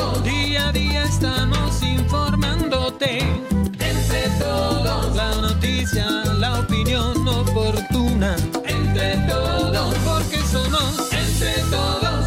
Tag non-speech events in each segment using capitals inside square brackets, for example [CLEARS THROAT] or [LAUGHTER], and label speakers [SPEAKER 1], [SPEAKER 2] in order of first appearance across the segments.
[SPEAKER 1] Cada día estamos informándote. Entre todos. La noticia, la opinión oportuna. Entre todos. Porque somos entre todos.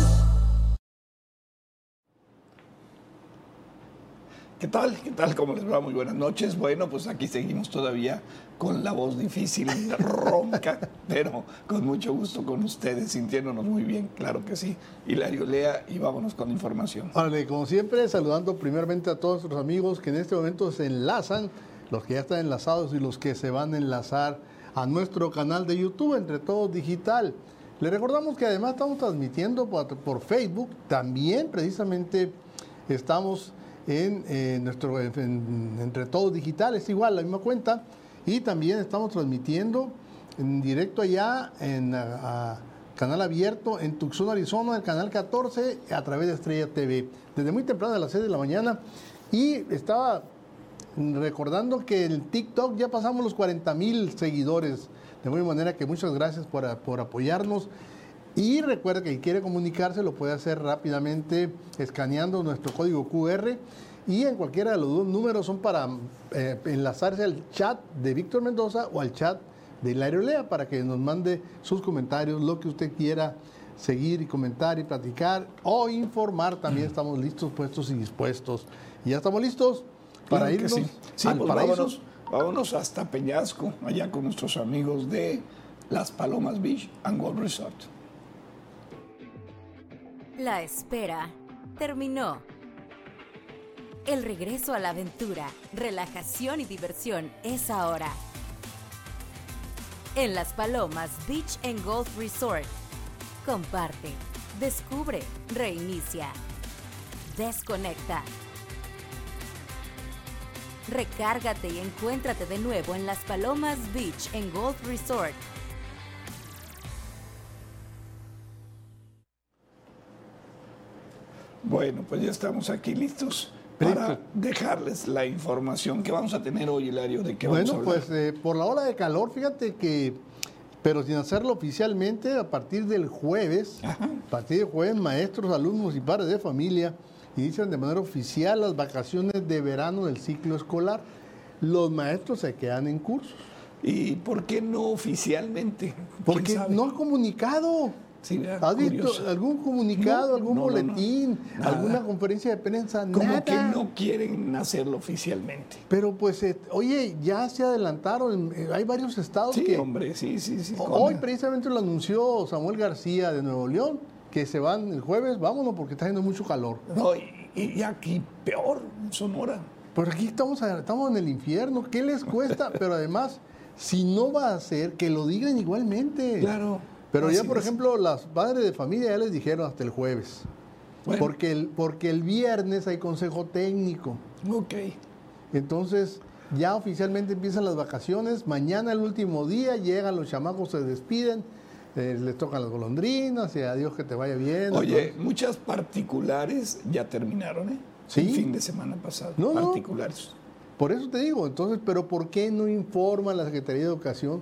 [SPEAKER 2] ¿Qué tal? ¿Qué tal? ¿Cómo les va? Muy buenas noches. Bueno, pues aquí seguimos todavía con la voz difícil,
[SPEAKER 3] [LAUGHS]
[SPEAKER 2] ronca, pero con mucho gusto con ustedes, sintiéndonos muy bien, claro que sí. Hilario Lea y vámonos con la información.
[SPEAKER 3] Órale, como siempre, saludando primeramente a todos nuestros amigos que en este momento se enlazan, los que ya están enlazados y los que se van a enlazar a nuestro canal de YouTube, entre todos digital. Les recordamos que además estamos transmitiendo por, por Facebook, también precisamente estamos en eh, nuestro en- en- entre todos digital, es igual, la misma cuenta, y también estamos transmitiendo en directo allá en a- a canal abierto en Tucson, Arizona, el canal 14 a través de Estrella TV, desde muy temprano a las 6 de la mañana, y estaba recordando que en TikTok ya pasamos los 40 mil seguidores, de muy manera que muchas gracias por, por apoyarnos. Y recuerda que quien quiere comunicarse lo puede hacer rápidamente escaneando nuestro código QR y en cualquiera de los dos números son para eh, enlazarse al chat de Víctor Mendoza o al chat de Hilario Lea para que nos mande sus comentarios, lo que usted quiera seguir y comentar y platicar o informar. También estamos listos, puestos y dispuestos. Y ya estamos listos
[SPEAKER 2] Claro
[SPEAKER 3] para
[SPEAKER 2] que
[SPEAKER 3] irnos
[SPEAKER 2] sí. Sí,
[SPEAKER 3] al
[SPEAKER 2] pues
[SPEAKER 3] paraíso.
[SPEAKER 2] vámonos, vámonos hasta Peñasco, allá con nuestros amigos de Las Palomas Beach and Golf Resort.
[SPEAKER 4] La espera terminó. El regreso a la aventura, relajación y diversión es ahora. En Las Palomas Beach and Golf Resort. Comparte, descubre, reinicia, desconecta. Recárgate y encuéntrate de nuevo en Las Palomas Beach and Golf Resort.
[SPEAKER 2] Bueno, pues ya estamos aquí listos para
[SPEAKER 3] Listo.
[SPEAKER 2] dejarles la información que vamos a tener hoy, Hilario, de qué vamos a
[SPEAKER 3] Bueno,
[SPEAKER 2] hablar.
[SPEAKER 3] pues eh, por la ola de calor, fíjate que, pero sin hacerlo oficialmente, a partir del jueves, a partir del jueves, maestros, alumnos y padres de familia inician de manera oficial las vacaciones de verano del ciclo escolar. Los maestros se quedan en cursos.
[SPEAKER 2] ¿Y por qué no oficialmente? ¿Quién
[SPEAKER 3] Porque
[SPEAKER 2] sabe?
[SPEAKER 3] no ha comunicado.
[SPEAKER 2] Sí, ¿verdad?
[SPEAKER 3] ¿Has
[SPEAKER 2] Curioso.
[SPEAKER 3] visto algún comunicado,
[SPEAKER 2] No,
[SPEAKER 3] algún
[SPEAKER 2] no, no, no.
[SPEAKER 3] boletín,
[SPEAKER 2] Nada.
[SPEAKER 3] alguna conferencia de prensa?
[SPEAKER 2] Como
[SPEAKER 3] Nada.
[SPEAKER 2] que no quieren hacerlo oficialmente.
[SPEAKER 3] Pero pues, eh, oye, ya se adelantaron. eh, Hay varios estados
[SPEAKER 2] Sí,
[SPEAKER 3] que
[SPEAKER 2] hombre, sí, sí, sí.
[SPEAKER 3] o-
[SPEAKER 2] con-
[SPEAKER 3] hoy precisamente lo anunció Samuel García de Nuevo León que se van el jueves. Vámonos porque está haciendo mucho calor.
[SPEAKER 2] No, y, y aquí peor, Sonora.
[SPEAKER 3] Pero aquí estamos, a- estamos en el infierno. ¿Qué
[SPEAKER 2] [LAUGHS]
[SPEAKER 3] les cuesta? Pero además, si no va a ser, que lo digan igualmente.
[SPEAKER 2] Claro.
[SPEAKER 3] Pero ya,
[SPEAKER 2] Así
[SPEAKER 3] por
[SPEAKER 2] es.
[SPEAKER 3] ejemplo, las padres de familia ya les dijeron hasta el jueves.
[SPEAKER 2] Bueno.
[SPEAKER 3] Porque, el, porque el viernes hay consejo técnico.
[SPEAKER 2] Ok.
[SPEAKER 3] Entonces, ya oficialmente empiezan las vacaciones. Mañana, el último día, llegan los chamacos, se despiden, eh, les tocan las golondrinas y adiós, que te vaya bien.
[SPEAKER 2] Oye, muchas particulares ya terminaron, ¿eh?
[SPEAKER 3] Sí.
[SPEAKER 2] El fin de semana pasado.
[SPEAKER 3] No, no.
[SPEAKER 2] particulares.
[SPEAKER 3] Por eso te digo, entonces, pero ¿por qué no informa la Secretaría de Educación?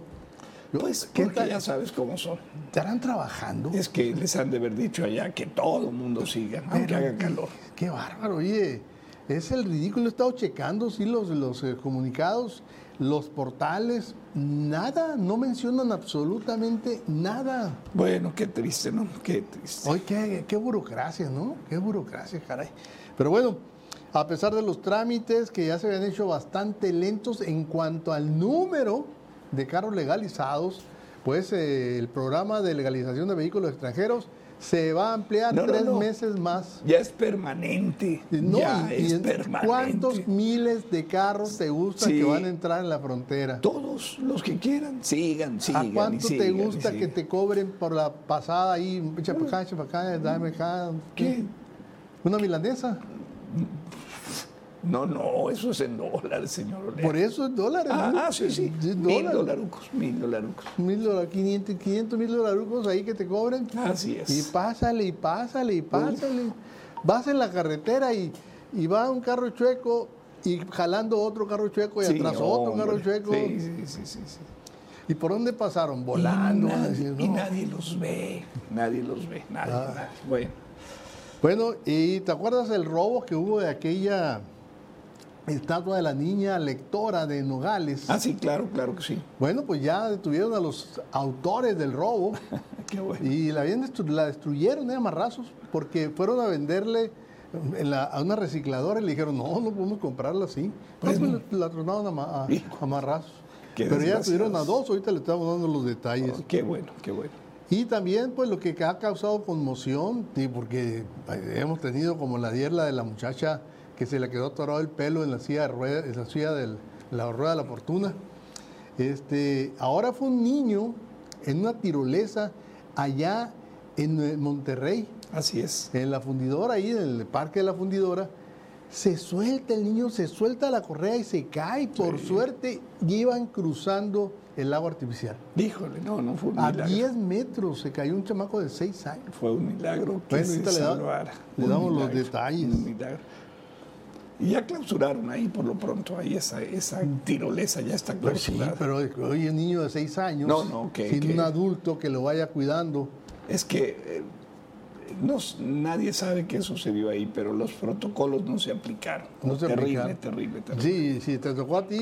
[SPEAKER 3] Yo,
[SPEAKER 2] Pues,
[SPEAKER 3] ¿qué
[SPEAKER 2] porque
[SPEAKER 3] tal?
[SPEAKER 2] ya sabes cómo son.
[SPEAKER 3] ¿Estarán trabajando?
[SPEAKER 2] Es que les han de haber dicho allá que todo el mundo siga, aunque
[SPEAKER 3] Pero,
[SPEAKER 2] haga calor.
[SPEAKER 3] Qué bárbaro, oye. Es el ridículo. He estado checando, sí, los, los eh, comunicados, los portales. Nada, no mencionan absolutamente nada.
[SPEAKER 2] Bueno, qué triste, ¿no? Qué triste.
[SPEAKER 3] Hoy qué, qué burocracia, ¿no? Qué burocracia, caray. Pero bueno, a pesar de los trámites que ya se habían hecho bastante lentos en cuanto al número de carros legalizados, pues eh, el programa de legalización de vehículos extranjeros se va a ampliar
[SPEAKER 2] No, no,
[SPEAKER 3] tres
[SPEAKER 2] no.
[SPEAKER 3] meses más.
[SPEAKER 2] Ya es permanente.
[SPEAKER 3] Eh, No,
[SPEAKER 2] ya
[SPEAKER 3] y- y
[SPEAKER 2] es
[SPEAKER 3] en-
[SPEAKER 2] permanente.
[SPEAKER 3] ¿Cuántos miles de carros te gustan
[SPEAKER 2] Sí.
[SPEAKER 3] que van a entrar en la frontera?
[SPEAKER 2] Todos los que quieran, sigan, sigan.
[SPEAKER 3] ¿A
[SPEAKER 2] y
[SPEAKER 3] cuánto te
[SPEAKER 2] sigan, y
[SPEAKER 3] gusta que
[SPEAKER 2] sigan.
[SPEAKER 3] te cobren por la pasada ahí? Echa pa' acá, echa pa' acá, dame acá.
[SPEAKER 2] ¿Qué?
[SPEAKER 3] Una milanesa.
[SPEAKER 2] No, no, eso es en dólares, señor Olea.
[SPEAKER 3] Por eso es dólares.
[SPEAKER 2] Ah,
[SPEAKER 3] ¿no?
[SPEAKER 2] ah, sí, sí.
[SPEAKER 3] Es
[SPEAKER 2] Mil
[SPEAKER 3] dólares.
[SPEAKER 2] dolarucos, mil dolarucos.
[SPEAKER 3] Mil dólares, 500, 500 mil dolarucos ahí que te cobren.
[SPEAKER 2] Así Ah, es.
[SPEAKER 3] Y pásale, y pásale, y pásale. Vas en la carretera y, y va un carro chueco y jalando otro carro chueco y
[SPEAKER 2] Sí,
[SPEAKER 3] atrás otro
[SPEAKER 2] hombre.
[SPEAKER 3] carro chueco.
[SPEAKER 2] Sí, sí, sí, sí, sí.
[SPEAKER 3] ¿Y por dónde pasaron? Volando.
[SPEAKER 2] Y
[SPEAKER 3] van a
[SPEAKER 2] nadie,
[SPEAKER 3] decir,
[SPEAKER 2] y
[SPEAKER 3] no.
[SPEAKER 2] nadie los ve, nadie los ve, nadie,
[SPEAKER 3] Ah.
[SPEAKER 2] nadie. Bueno,
[SPEAKER 3] Bueno, ¿y te acuerdas el robo que hubo de aquella estatua de la niña lectora de Nogales?
[SPEAKER 2] Ah, sí, claro, claro que sí.
[SPEAKER 3] Bueno, pues ya detuvieron a los autores
[SPEAKER 2] [LAUGHS]
[SPEAKER 3] del robo
[SPEAKER 2] Qué bueno.
[SPEAKER 3] y la, habían destru- la destruyeron de amarrazos porque fueron a venderle en la- a una recicladora y le dijeron, no, no podemos comprarla así. Pues
[SPEAKER 2] Bueno.
[SPEAKER 3] la, la tronaron a, ma-
[SPEAKER 2] [LAUGHS]
[SPEAKER 3] a-
[SPEAKER 2] Hijo.
[SPEAKER 3] a amarrazos.
[SPEAKER 2] Qué
[SPEAKER 3] Pero ya
[SPEAKER 2] desgraciados.
[SPEAKER 3] tuvieron a dos, ahorita le estamos dando los detalles.
[SPEAKER 2] Oh, qué bueno, qué bueno.
[SPEAKER 3] Y también, pues, lo que ha causado conmoción, sí, porque eh, hemos tenido como la dierla de la muchacha que se le quedó atorado el pelo en la silla de rueda, en la silla del- la rueda de la fortuna. Este, ahora fue un niño en una tirolesa allá en eh, Monterrey,
[SPEAKER 2] Así es.
[SPEAKER 3] en la fundidora, ahí en el parque de la fundidora. Se suelta el niño, se suelta la correa y se cae. Por suerte, iban cruzando el lago artificial.
[SPEAKER 2] Díjole, no, no fue un
[SPEAKER 3] A
[SPEAKER 2] milagro.
[SPEAKER 3] 10 metros se cayó un chamaco de 6 años.
[SPEAKER 2] Fue un milagro que
[SPEAKER 3] Bueno,
[SPEAKER 2] se
[SPEAKER 3] ahorita Pues le da-
[SPEAKER 2] salvara.
[SPEAKER 3] le
[SPEAKER 2] Un
[SPEAKER 3] damos los
[SPEAKER 2] milagro,
[SPEAKER 3] detalles.
[SPEAKER 2] Un milagro. Y ya clausuraron ahí por lo pronto, ahí esa, esa tirolesa ya está
[SPEAKER 3] Pues sí,
[SPEAKER 2] clausurada.
[SPEAKER 3] pero hoy un niño de 6 años,
[SPEAKER 2] No, no, que-
[SPEAKER 3] sin
[SPEAKER 2] que-
[SPEAKER 3] un adulto que lo vaya cuidando.
[SPEAKER 2] Es que eh, no s- nadie sabe qué sucedió ahí, pero los protocolos no se aplicaron.
[SPEAKER 3] No se
[SPEAKER 2] terrible,
[SPEAKER 3] aplicaron.
[SPEAKER 2] terrible, terrible.
[SPEAKER 3] Sí, si te tocó a ti,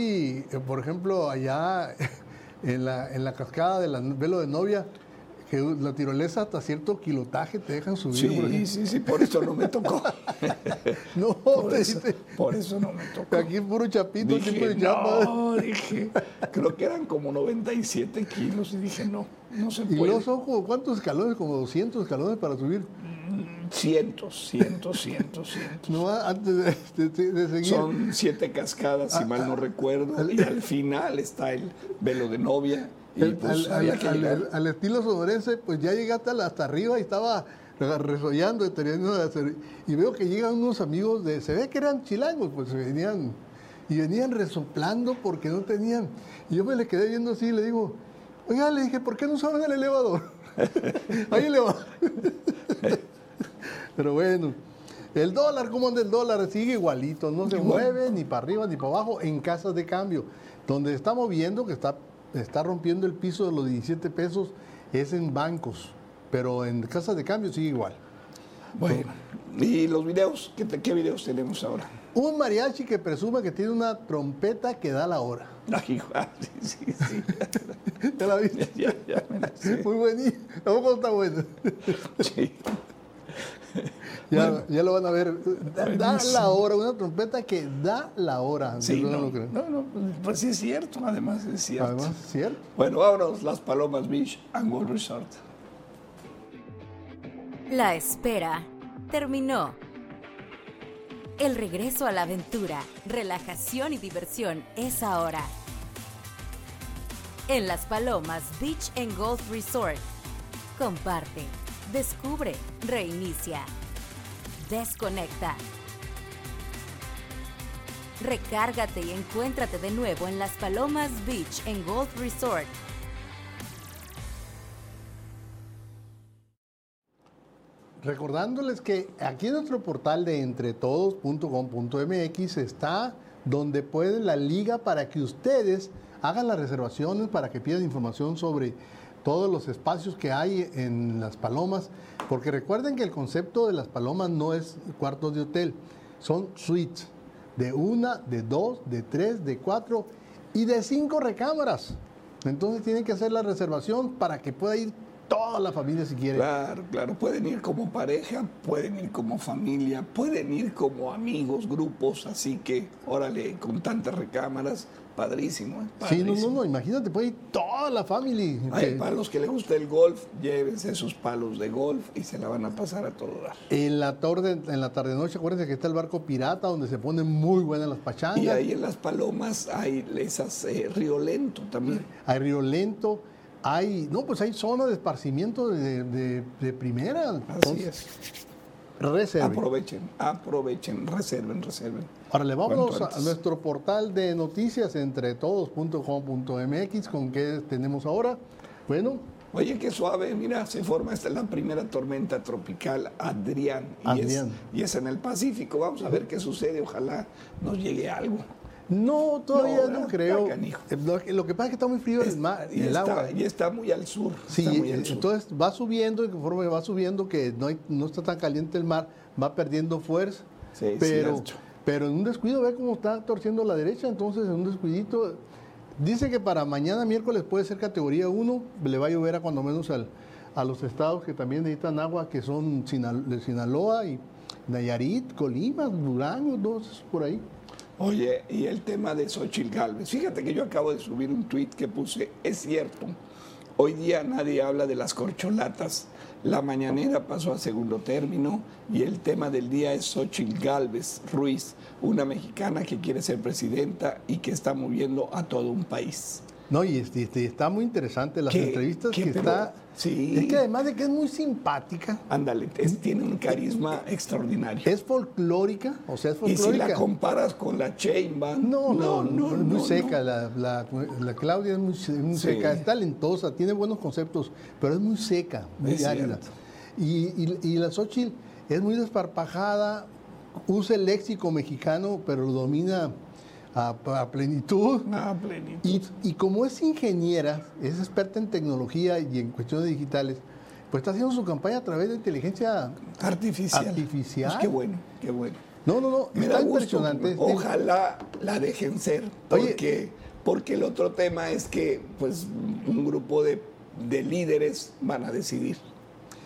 [SPEAKER 3] eh, por ejemplo, allá [LAUGHS] en la, en la cascada del an- velo de novia, que la tirolesa hasta cierto kilotaje te dejan subir. por
[SPEAKER 2] Sí,
[SPEAKER 3] ejemplo. [LAUGHS]
[SPEAKER 2] sí, sí, por eso no me tocó.
[SPEAKER 3] No,
[SPEAKER 2] Por
[SPEAKER 3] [LAUGHS] te
[SPEAKER 2] eso,
[SPEAKER 3] dice,
[SPEAKER 2] por eso no me tocó.
[SPEAKER 3] aquí puro chapito, tipo
[SPEAKER 2] Dije,
[SPEAKER 3] de chapa.
[SPEAKER 2] [LAUGHS] no, dije, creo que eran como 97 kilos y dije, no, no se
[SPEAKER 3] Y
[SPEAKER 2] puede.
[SPEAKER 3] los ojos, ¿cuántos escalones? Como 200 escalones para subir.
[SPEAKER 2] Cientos, cientos, cientos, cientos.
[SPEAKER 3] No, ah, antes de, de- de- de seguir.
[SPEAKER 2] Son siete cascadas,
[SPEAKER 3] Ah,
[SPEAKER 2] si mal no recuerdo, y al final está el velo de novia. Y
[SPEAKER 3] El-
[SPEAKER 2] pues
[SPEAKER 3] al, al-
[SPEAKER 2] había que
[SPEAKER 3] al-
[SPEAKER 2] llegar.
[SPEAKER 3] al- al estilo sonorense, pues ya llegué hasta, la- hasta arriba y estaba re- resollando y teniendo la cer- y veo que llegan unos amigos de, se ve que eran chilangos, pues venían y venían resoplando porque no tenían. Y yo me le quedé viendo así y le digo, oiga, le dije, ¿por qué no suben el elevador? [LAUGHS] Ahí le va. Pero bueno, el dólar, ¿cómo anda el dólar? Sigue igualito, no se mueve ni para arriba ni para abajo en casas de cambio. Donde estamos viendo que está, está rompiendo el piso de los 17 pesos es en bancos, pero en casas de cambio sigue igual.
[SPEAKER 2] Bueno, y los videos, ¿qué, te- qué videos tenemos ahora? [LAUGHS]
[SPEAKER 3] Un mariachi que presume que tiene una trompeta que da la hora.
[SPEAKER 2] Ah, hijo, ah, [LAUGHS] sí, sí, sí.
[SPEAKER 3] [LAUGHS] ¿Ya la viste?
[SPEAKER 2] [LAUGHS] Ya, ya me la sé.
[SPEAKER 3] [LAUGHS] Muy buenísimo. Tampoco está bueno. [LAUGHS]
[SPEAKER 2] Sí.
[SPEAKER 3] Ya, ya lo van a ver. Da, da la
[SPEAKER 2] Buenísimo.
[SPEAKER 3] hora, una trompeta que da la hora.
[SPEAKER 2] Sí,
[SPEAKER 3] Yo no
[SPEAKER 2] no,
[SPEAKER 3] lo creo.
[SPEAKER 2] no, no, pues sí es cierto, además es cierto.
[SPEAKER 3] Además, ¿cierto?
[SPEAKER 2] Bueno, vámonos, Las Palomas Beach and World Resort.
[SPEAKER 4] La espera terminó. El regreso a la aventura, relajación y diversión es ahora. En Las Palomas Beach and Golf Resort. Comparte, descubre, reinicia, desconecta. Recárgate y encuéntrate de nuevo en Las Palomas Beach and Golf Resort.
[SPEAKER 3] Recordándoles que aquí en nuestro portal de entretodos.com.mx está donde pueden la liga para que ustedes hagan las reservaciones, para que pidan información sobre todos los espacios que hay en Las Palomas, porque recuerden que el concepto de Las Palomas no es cuartos de hotel, son suites de una, de dos, de tres, de cuatro y de cinco recámaras. Entonces tienen que hacer la reservación para que pueda ir toda la familia si quiere.
[SPEAKER 2] Claro, claro, pueden ir como pareja, pueden ir como familia, pueden ir como amigos, grupos, así que, órale, con tantas recámaras, padrísimo, ¿eh?
[SPEAKER 3] Sí, no, no,
[SPEAKER 2] Padrísimo.
[SPEAKER 3] no, este imagínate, puede ir toda la familia.
[SPEAKER 2] Ay, para los que les gusta el golf, llévense sus palos de golf y se la van a pasar a todo dar.
[SPEAKER 3] En la tarde, en la tarde noche, acuérdense que está el barco pirata donde se ponen muy buenas las pachangas.
[SPEAKER 2] Y ahí en Las Palomas hay esas eh, Río Lento también.
[SPEAKER 3] hay río lento, hay, no, pues hay zona de esparcimiento de, de- de primera.
[SPEAKER 2] Así
[SPEAKER 3] Entonces, este,
[SPEAKER 2] es.
[SPEAKER 3] reserve.
[SPEAKER 2] Aprovechen, aprovechen, reserven, reserven.
[SPEAKER 3] Ahora le vamos
[SPEAKER 2] Cuanto
[SPEAKER 3] a
[SPEAKER 2] antes.
[SPEAKER 3] nuestro portal de noticias entretodos.com.mx con qué tenemos ahora. Bueno,
[SPEAKER 2] Oye, qué suave, mira, se forma esta la primera tormenta tropical, Adrián. Y,
[SPEAKER 3] Adrián.
[SPEAKER 2] Es, y es en el Pacífico. Vamos a ver qué sucede, ojalá nos llegue algo.
[SPEAKER 3] no, todavía
[SPEAKER 2] No,
[SPEAKER 3] no,
[SPEAKER 2] está
[SPEAKER 3] creo.
[SPEAKER 2] canijo.
[SPEAKER 3] Eh, Lo, que- lo que pasa es que está muy frío el mar,
[SPEAKER 2] y,
[SPEAKER 3] el
[SPEAKER 2] está,
[SPEAKER 3] agua.
[SPEAKER 2] y está muy al sur.
[SPEAKER 3] Sí,
[SPEAKER 2] está muy al sur.
[SPEAKER 3] entonces va subiendo y conforme va subiendo que no, hay- no está tan caliente el mar, va perdiendo fuerza.
[SPEAKER 2] Sí,
[SPEAKER 3] pero,
[SPEAKER 2] cierto.
[SPEAKER 3] pero en un descuido, ve cómo está torciendo la derecha, entonces en un descuidito. Dice que para mañana miércoles puede ser categoría 1, le va a llover a cuando menos al- a los estados que también necesitan agua, que son Sinal- de Sinaloa y Nayarit, Colima, Durango, dos por ahí.
[SPEAKER 2] Oye, y el tema de Xochitl Galvez. Fíjate que yo acabo de subir un tweet que puse, es cierto, hoy día nadie habla de las corcholatas, la mañanera pasó a segundo término y el tema del día es Xochitl Galvez Ruiz, una mexicana que quiere ser presidenta y que está moviendo a todo un país.
[SPEAKER 3] No, y, este- este, está muy interesante las
[SPEAKER 2] ¿Qué?
[SPEAKER 3] entrevistas
[SPEAKER 2] ¿Qué?
[SPEAKER 3] que
[SPEAKER 2] Pero-
[SPEAKER 3] está.
[SPEAKER 2] sí.
[SPEAKER 3] Es que además de que es muy simpática,
[SPEAKER 2] Ándale, es- tiene un carisma extraordinario.
[SPEAKER 3] es folclórica, o sea, es
[SPEAKER 2] Y si
[SPEAKER 3] folclórica.
[SPEAKER 2] la comparas con la Chainba,
[SPEAKER 3] No, no, no, es muy
[SPEAKER 2] no.
[SPEAKER 3] seca. La, la- la Claudia es muy, se- muy
[SPEAKER 2] Sí.
[SPEAKER 3] seca, es talentosa, tiene buenos conceptos, pero es muy seca, muy
[SPEAKER 2] Es
[SPEAKER 3] árida.
[SPEAKER 2] cierto.
[SPEAKER 3] Y, y- y la Xochitl es muy desparpajada, usa el léxico mexicano, pero lo domina a, a plenitud.
[SPEAKER 2] Ah, plenitud.
[SPEAKER 3] Y, y como es ingeniera, es experta en tecnología y en cuestiones digitales, pues está haciendo su campaña a través de inteligencia.
[SPEAKER 2] Artificial.
[SPEAKER 3] Artificial.
[SPEAKER 2] Pues qué bueno, qué bueno.
[SPEAKER 3] No, no, no,
[SPEAKER 2] Me
[SPEAKER 3] está
[SPEAKER 2] da gusto.
[SPEAKER 3] impresionante. este-
[SPEAKER 2] Ojalá la dejen ser.
[SPEAKER 3] Oye.
[SPEAKER 2] Porque, porque el otro tema es que pues, un grupo de, de líderes van a decidir.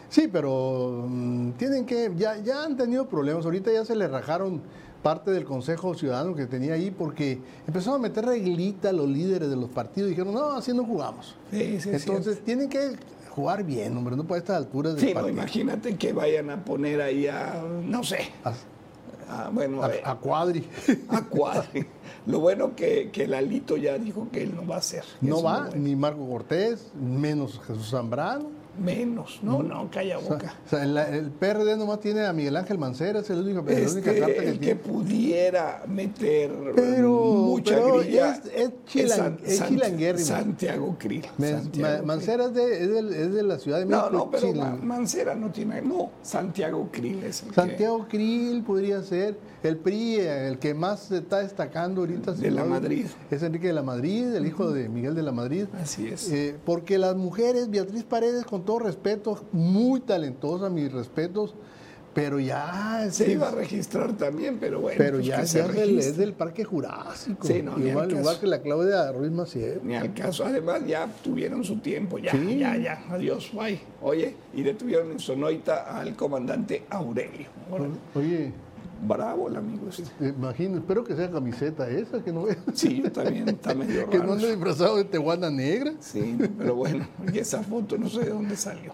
[SPEAKER 3] Sí, pero mm, tienen que, ya, ya han tenido problemas. Ahorita ya se le rajaron parte del Consejo Ciudadano que tenía ahí porque empezaron a meter reglita a los líderes de los partidos y dijeron, no, así no jugamos.
[SPEAKER 2] Sí, sí, es
[SPEAKER 3] Entonces tienen que jugar bien, hombre, no para estas alturas del
[SPEAKER 2] Sí, no,
[SPEAKER 3] partido.
[SPEAKER 2] imagínate que vayan a poner ahí a, no sé,
[SPEAKER 3] a,
[SPEAKER 2] a- bueno, a,
[SPEAKER 3] a- a Cuadri. [LAUGHS]
[SPEAKER 2] a Cuadri. Lo bueno que, que Lalito ya dijo que él no va a ser.
[SPEAKER 3] No
[SPEAKER 2] Eso
[SPEAKER 3] va
[SPEAKER 2] es lo
[SPEAKER 3] ni Marco Cortés, menos Jesús Zambrano.
[SPEAKER 2] bueno. Menos. No, no, calla
[SPEAKER 3] O sea,
[SPEAKER 2] boca.
[SPEAKER 3] o sea, la- el PRD nomás tiene a Miguel Ángel Mancera, esa es la única, la única
[SPEAKER 2] Este,
[SPEAKER 3] carta que
[SPEAKER 2] el
[SPEAKER 3] tiene.
[SPEAKER 2] que pudiera meter
[SPEAKER 3] Pero-
[SPEAKER 2] mucha
[SPEAKER 3] pero
[SPEAKER 2] grilla
[SPEAKER 3] es- es chilan-
[SPEAKER 2] San-
[SPEAKER 3] es
[SPEAKER 2] San-
[SPEAKER 3] chilanguérrimo.
[SPEAKER 2] Santiago Krill.
[SPEAKER 3] Me-
[SPEAKER 2] Santiago
[SPEAKER 3] Ma-
[SPEAKER 2] Krill.
[SPEAKER 3] Mancera es de, es del- es de la Ciudad de México.
[SPEAKER 2] No, no, pero
[SPEAKER 3] sí,
[SPEAKER 2] Ma-
[SPEAKER 3] la-
[SPEAKER 2] Mancera no tiene. No, Santiago Krill es el
[SPEAKER 3] Santiago Krill podría ser. El PRI, eh, el que más se está destacando ahorita.
[SPEAKER 2] De la
[SPEAKER 3] no,
[SPEAKER 2] Madrid.
[SPEAKER 3] Es Enrique de la Madrid, el hijo de Miguel de la Madrid.
[SPEAKER 2] que. Así es.
[SPEAKER 3] Eh, porque las mujeres, Beatriz Paredes, con todo respeto, muy talentosa, mis respetos, pero ya. es-
[SPEAKER 2] se iba a registrar también, pero bueno.
[SPEAKER 3] Pero
[SPEAKER 2] pues
[SPEAKER 3] ya,
[SPEAKER 2] que
[SPEAKER 3] ya
[SPEAKER 2] se
[SPEAKER 3] es, del, es
[SPEAKER 2] registre.
[SPEAKER 3] del Parque Jurásico.
[SPEAKER 2] Sí, no, ni al
[SPEAKER 3] igual,
[SPEAKER 2] caso.
[SPEAKER 3] igual que la Claudia Ruiz Macié.
[SPEAKER 2] Ni al caso. Además, ya tuvieron su tiempo. Ya,
[SPEAKER 3] Sí.
[SPEAKER 2] ya, ya. Adiós, bye. Oye, y detuvieron en Sonoita al comandante Aurelio. Órale.
[SPEAKER 3] Oye,
[SPEAKER 2] Bravo el amigo este.
[SPEAKER 3] imagino, espero que sea camiseta esa, que no
[SPEAKER 2] Sí, yo también. Está medio
[SPEAKER 3] [LAUGHS] Que
[SPEAKER 2] raro.
[SPEAKER 3] no ande disfrazado de Tehuana Negra.
[SPEAKER 2] Sí, pero bueno, y esa foto no sé de dónde salió.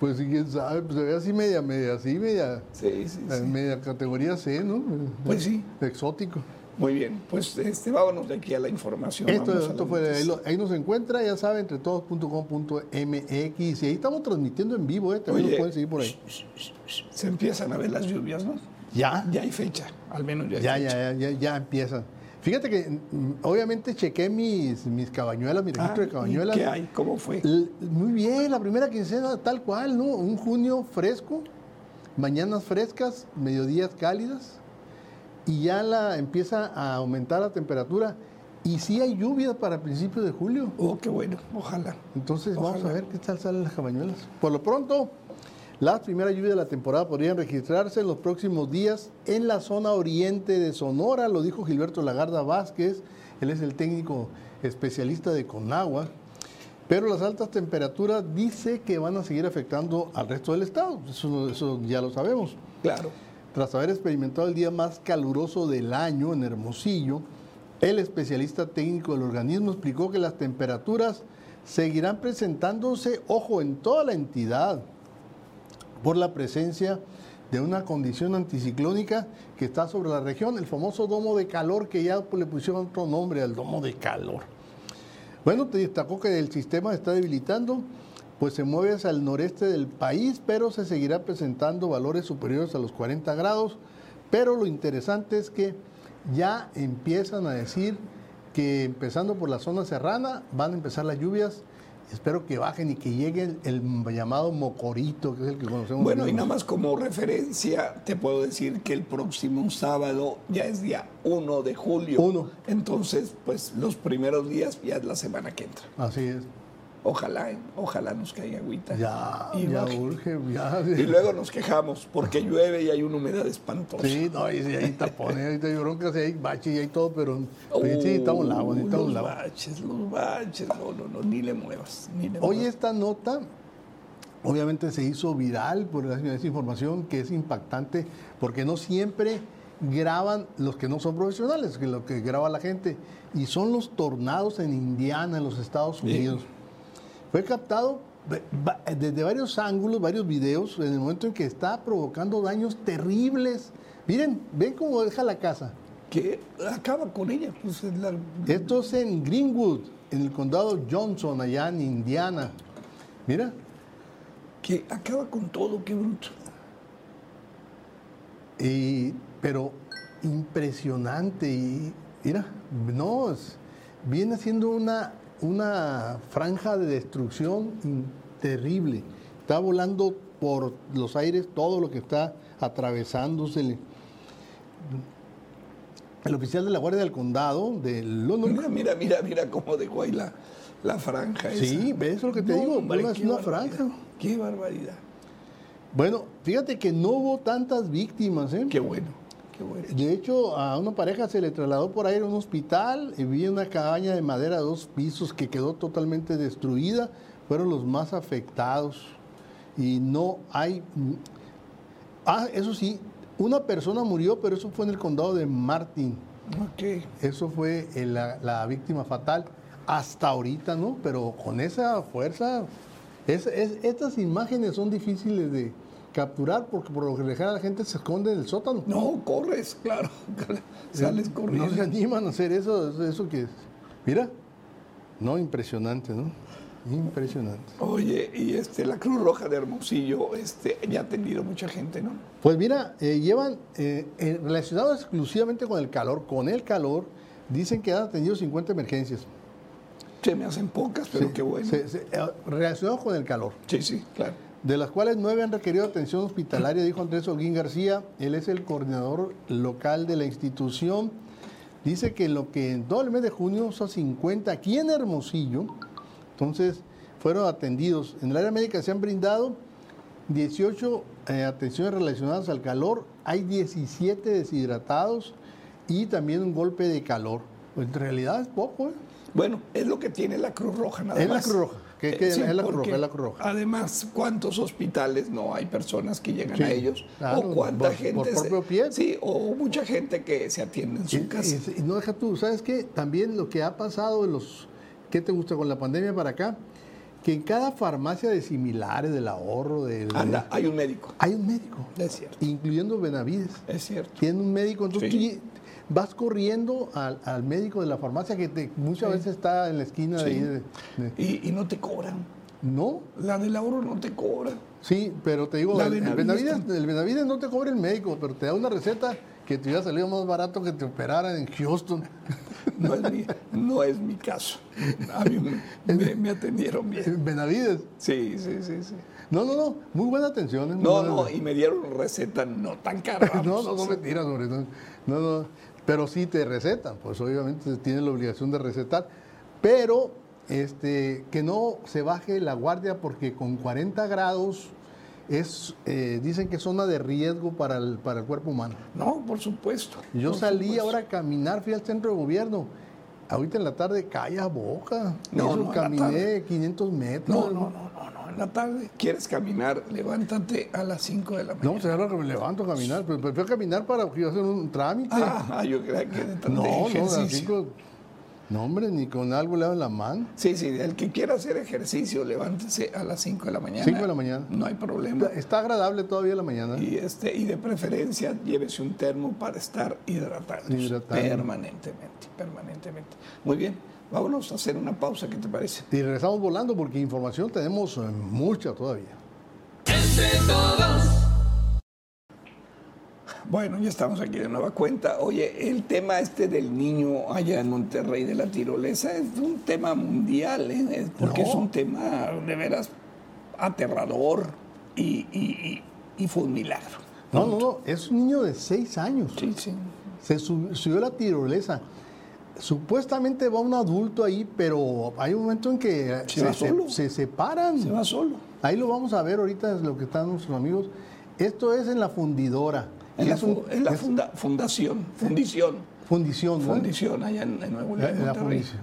[SPEAKER 3] Pues sí, quién sabe, pues se ve así media, media, así media,
[SPEAKER 2] Sí, sí,
[SPEAKER 3] eh,
[SPEAKER 2] sí.
[SPEAKER 3] media categoría C, ¿no?
[SPEAKER 2] Pues sí,
[SPEAKER 3] Exótico.
[SPEAKER 2] muy bien. Pues este, vámonos de aquí a la información.
[SPEAKER 3] Esto,
[SPEAKER 2] Vamos a la
[SPEAKER 3] esto fue, de ahí,
[SPEAKER 2] noticia.
[SPEAKER 3] lo- ahí nos encuentra, ya sabe, entre todos.com.mx. Y ahí estamos transmitiendo en vivo, ¿eh? También
[SPEAKER 2] Oye,
[SPEAKER 3] nos pueden seguir por ahí.
[SPEAKER 2] Se empiezan a ver las lluvias, ¿no?
[SPEAKER 3] Ya,
[SPEAKER 2] Ya hay fecha, al menos ya hay
[SPEAKER 3] ya,
[SPEAKER 2] fecha.
[SPEAKER 3] ya, ya, ya, ya empiezan. Fíjate que mm, obviamente chequé mis, mis cabañuelas, mi
[SPEAKER 2] Ah,
[SPEAKER 3] registro de
[SPEAKER 2] ¿y
[SPEAKER 3] cabañuelas.
[SPEAKER 2] ¿Qué hay? ¿Cómo fue?
[SPEAKER 3] L- Muy bien, la primera quincena tal cual, ¿no? Un junio fresco, mañanas frescas, mediodías cálidas y ya la empieza a aumentar la temperatura y sí hay lluvias para principios de julio.
[SPEAKER 2] Oh, qué bueno, ojalá.
[SPEAKER 3] Entonces vamos
[SPEAKER 2] Ojalá.
[SPEAKER 3] a ver qué tal salen las cabañuelas. Por lo pronto, las primeras lluvias de la temporada podrían registrarse en los próximos días en la zona oriente de Sonora, lo dijo Gilberto Lagarda Vázquez, él es el técnico especialista de Conagua. Pero las altas temperaturas dice que van a seguir afectando al resto del estado, eso, eso ya lo sabemos.
[SPEAKER 2] Claro.
[SPEAKER 3] Tras haber experimentado el día más caluroso del año en Hermosillo, el especialista técnico del organismo explicó que las temperaturas seguirán presentándose, ojo, en toda la entidad, por la presencia de una condición anticiclónica que está sobre la región, el famoso domo de calor que ya le pusieron otro nombre al domo de calor. Bueno, te destacó que el sistema se está debilitando, pues se mueve hacia el noreste del país, pero se seguirá presentando valores superiores a los 40 grados. Pero lo interesante es que ya empiezan a decir que empezando por la zona serrana van a empezar las lluvias. Espero que bajen y que llegue el, el llamado mocorito, que es el que conocemos.
[SPEAKER 2] Bueno, y
[SPEAKER 3] menos.
[SPEAKER 2] nada más como referencia, te puedo decir que el próximo sábado ya es día 1 de julio.
[SPEAKER 3] Uno.
[SPEAKER 2] Entonces, pues los primeros días ya es la semana que entra.
[SPEAKER 3] Así es.
[SPEAKER 2] Ojalá, ¿eh? ojalá nos caiga agüita.
[SPEAKER 3] Ya,
[SPEAKER 2] y,
[SPEAKER 3] ya
[SPEAKER 2] baje.
[SPEAKER 3] urge, ya.
[SPEAKER 2] Y luego nos quejamos porque llueve y hay una humedad espantosa.
[SPEAKER 3] Sí, no, y sí, hay tapones, ahí hay broncas, y hay baches y hay todo, pero pero sí, está un lago,
[SPEAKER 2] Uh,
[SPEAKER 3] está un
[SPEAKER 2] los
[SPEAKER 3] lago.
[SPEAKER 2] baches, los baches. No, no, no, ni le muevas. Ni le
[SPEAKER 3] Hoy
[SPEAKER 2] muevas.
[SPEAKER 3] esta nota obviamente se hizo viral por la- esa información que es impactante porque no siempre graban los que no son profesionales, que lo que graba la gente. Y son los tornados en Indiana, en los Estados Unidos. Fue captado ve- va- desde varios ángulos, varios videos, en el momento en que está provocando daños terribles. Miren, ven cómo deja la casa.
[SPEAKER 2] que acaba con ella. Pues es la-
[SPEAKER 3] Esto es en Greenwood, en el condado Johnson, allá en Indiana. Mira,
[SPEAKER 2] que acaba con todo, qué bruto.
[SPEAKER 3] Y- pero impresionante y mira, no, es- viene siendo una, una franja de destrucción in- terrible. Está volando por los aires todo lo que está atravesándosele. El oficial de la Guardia del Condado de Londres
[SPEAKER 2] Mira, mira, mira, mira cómo dejó ahí la, la franja.
[SPEAKER 3] Sí,
[SPEAKER 2] esa.
[SPEAKER 3] ves lo que te digo, una-
[SPEAKER 2] qué
[SPEAKER 3] es una
[SPEAKER 2] barbaridad,
[SPEAKER 3] franja.
[SPEAKER 2] Qué barbaridad.
[SPEAKER 3] Bueno, fíjate que no hubo tantas víctimas, ¿eh?
[SPEAKER 2] Qué bueno, qué bueno.
[SPEAKER 3] De hecho, a una pareja se le trasladó por aire a un hospital y vivía en una cabaña de madera de dos pisos que quedó totalmente destruida. Fueron los más afectados. Y no hay. Ah, eso sí, una persona murió, pero eso fue en el condado de Martin.
[SPEAKER 2] Ok.
[SPEAKER 3] Eso fue eh, la, la víctima fatal. Hasta ahorita, ¿no? Pero con esa fuerza. es- es- estas imágenes son difíciles de capturar porque por lo general la gente se esconde en el sótano.
[SPEAKER 2] No, corres, claro. [LAUGHS] Sales corriendo.
[SPEAKER 3] No se animan a hacer eso, eso- eso que es. Mira, no, impresionante, ¿no? Impresionante.
[SPEAKER 2] Oye, y este, la Cruz Roja de Hermosillo este, ya ha atendido mucha gente, ¿no?
[SPEAKER 3] Pues mira, eh, llevan eh, eh, relacionado exclusivamente con el calor, con el calor, dicen que han atendido 50 emergencias.
[SPEAKER 2] Se me hacen pocas, pero qué bueno.
[SPEAKER 3] Se- se- eh, relacionado con el calor,
[SPEAKER 2] sí, sí, claro.
[SPEAKER 3] de las cuales 9 han requerido atención hospitalaria, dijo Andrés Holguín García. Él es el coordinador local de la institución. Dice que lo que en todo el mes de junio son 50 aquí en Hermosillo, entonces fueron atendidos. En el área médica se han brindado 18 eh, atenciones relacionadas al calor, hay 17 deshidratados y también un golpe de calor. Pues, En realidad es poco, ¿eh?
[SPEAKER 2] Bueno, es lo que tiene la Cruz Roja, nada
[SPEAKER 3] Es la
[SPEAKER 2] más. Eh,
[SPEAKER 3] Cruz Roja, que- que es la Cruz
[SPEAKER 2] porque
[SPEAKER 3] Roja, es la Cruz Roja.
[SPEAKER 2] Además, ¿cuántos hospitales no hay personas que llegan
[SPEAKER 3] Sí,
[SPEAKER 2] a ellos?
[SPEAKER 3] claro,
[SPEAKER 2] o cuánta
[SPEAKER 3] por-
[SPEAKER 2] gente.
[SPEAKER 3] por
[SPEAKER 2] se-
[SPEAKER 3] propio pie.
[SPEAKER 2] Sí, o mucha gente que se atiende en su
[SPEAKER 3] Y-
[SPEAKER 2] casa.
[SPEAKER 3] y- y no deja tú, ¿sabes qué? También lo que ha pasado en los. ¿Qué te gusta con la pandemia para acá? Que en cada farmacia de similares, del ahorro, del.
[SPEAKER 2] Anda, hay un médico.
[SPEAKER 3] Hay un médico,
[SPEAKER 2] Es cierto,
[SPEAKER 3] incluyendo Benavides.
[SPEAKER 2] es cierto.
[SPEAKER 3] Tiene un médico, entonces
[SPEAKER 2] Sí.
[SPEAKER 3] tú lle- vas corriendo al, al médico de la farmacia que te- muchas veces está en la esquina de
[SPEAKER 2] Sí.
[SPEAKER 3] ahí. de- de-
[SPEAKER 2] Y, y no te cobran.
[SPEAKER 3] no,
[SPEAKER 2] La del ahorro no te cobra.
[SPEAKER 3] sí, pero te digo,
[SPEAKER 2] La
[SPEAKER 3] el el
[SPEAKER 2] Benavides
[SPEAKER 3] Benavides, el Benavides no te cobra el médico, pero te da una receta que te hubiera salido más barato que te operaran en Houston. [LAUGHS]
[SPEAKER 2] No es mi, no es mi caso. A mí me, me- me atendieron bien.
[SPEAKER 3] Benavides.
[SPEAKER 2] Sí, sí, sí, sí.
[SPEAKER 3] No, no, no, muy buena atención. ¿eh? Muy
[SPEAKER 2] No,
[SPEAKER 3] buena
[SPEAKER 2] no,
[SPEAKER 3] atención.
[SPEAKER 2] y me dieron receta no tan cara.
[SPEAKER 3] [LAUGHS] no,
[SPEAKER 2] vamos.
[SPEAKER 3] no, no, mentira, hombre, no, no, no, pero sí te recetan, pues obviamente tienen la obligación de recetar, pero este, que no se baje la guardia porque con 40 grados es, eh, dicen que es zona de riesgo para el, para el cuerpo humano.
[SPEAKER 2] No, por supuesto.
[SPEAKER 3] Y Yo
[SPEAKER 2] por
[SPEAKER 3] salí
[SPEAKER 2] supuesto.
[SPEAKER 3] ahora a caminar, fui al centro de gobierno. Ahorita en la tarde, calla boca.
[SPEAKER 2] No,
[SPEAKER 3] Eso
[SPEAKER 2] no, en la
[SPEAKER 3] caminé
[SPEAKER 2] tarde.
[SPEAKER 3] 500 metros.
[SPEAKER 2] No, no, no, no, no. En la tarde quieres caminar, levántate a las 5 de la mañana.
[SPEAKER 3] No, se habla que me levanto a caminar, pero prefiero caminar para que yo hacer un trámite.
[SPEAKER 2] Ah, yo creía que de tanto
[SPEAKER 3] No, no,
[SPEAKER 2] ejercicio.
[SPEAKER 3] así con- no, hombre, ni con algo le en la mano.
[SPEAKER 2] Sí, sí, el que quiera hacer ejercicio, levántese a las 5 de la mañana.
[SPEAKER 3] Cinco de la mañana.
[SPEAKER 2] No hay problema.
[SPEAKER 3] Está, está agradable todavía la mañana.
[SPEAKER 2] Y, este, y de preferencia, llévese un termo para estar hidratados.
[SPEAKER 3] Hidratado.
[SPEAKER 2] Permanentemente, permanentemente. Muy bien, vámonos a hacer una pausa, ¿qué te parece?
[SPEAKER 3] Y regresamos volando porque información tenemos eh, mucha todavía.
[SPEAKER 1] Entre todos.
[SPEAKER 2] Bueno, ya estamos aquí de nueva cuenta. Oye, el tema este del niño allá en Monterrey de la tirolesa es un tema mundial, ¿eh? Es porque
[SPEAKER 3] No.
[SPEAKER 2] es un tema de veras aterrador y, y- y- y fue un milagro.
[SPEAKER 3] No, no, no, es un niño de seis años.
[SPEAKER 2] Sí, sí.
[SPEAKER 3] Se sub- subió a la tirolesa. Supuestamente va un adulto ahí, pero hay un momento en que
[SPEAKER 2] Se va solo.
[SPEAKER 3] se separan.
[SPEAKER 2] Se va solo.
[SPEAKER 3] Ahí lo vamos a ver ahorita, es lo que están nuestros amigos. Esto es en la fundidora.
[SPEAKER 2] En la,
[SPEAKER 3] Es un-
[SPEAKER 2] fu- en la
[SPEAKER 3] es
[SPEAKER 2] funda- fundación, fundición,
[SPEAKER 3] fundición, ¿no?
[SPEAKER 2] fundición allá en, en Nuevo León,
[SPEAKER 3] En la
[SPEAKER 2] Monterrey. Ah,
[SPEAKER 3] fundición.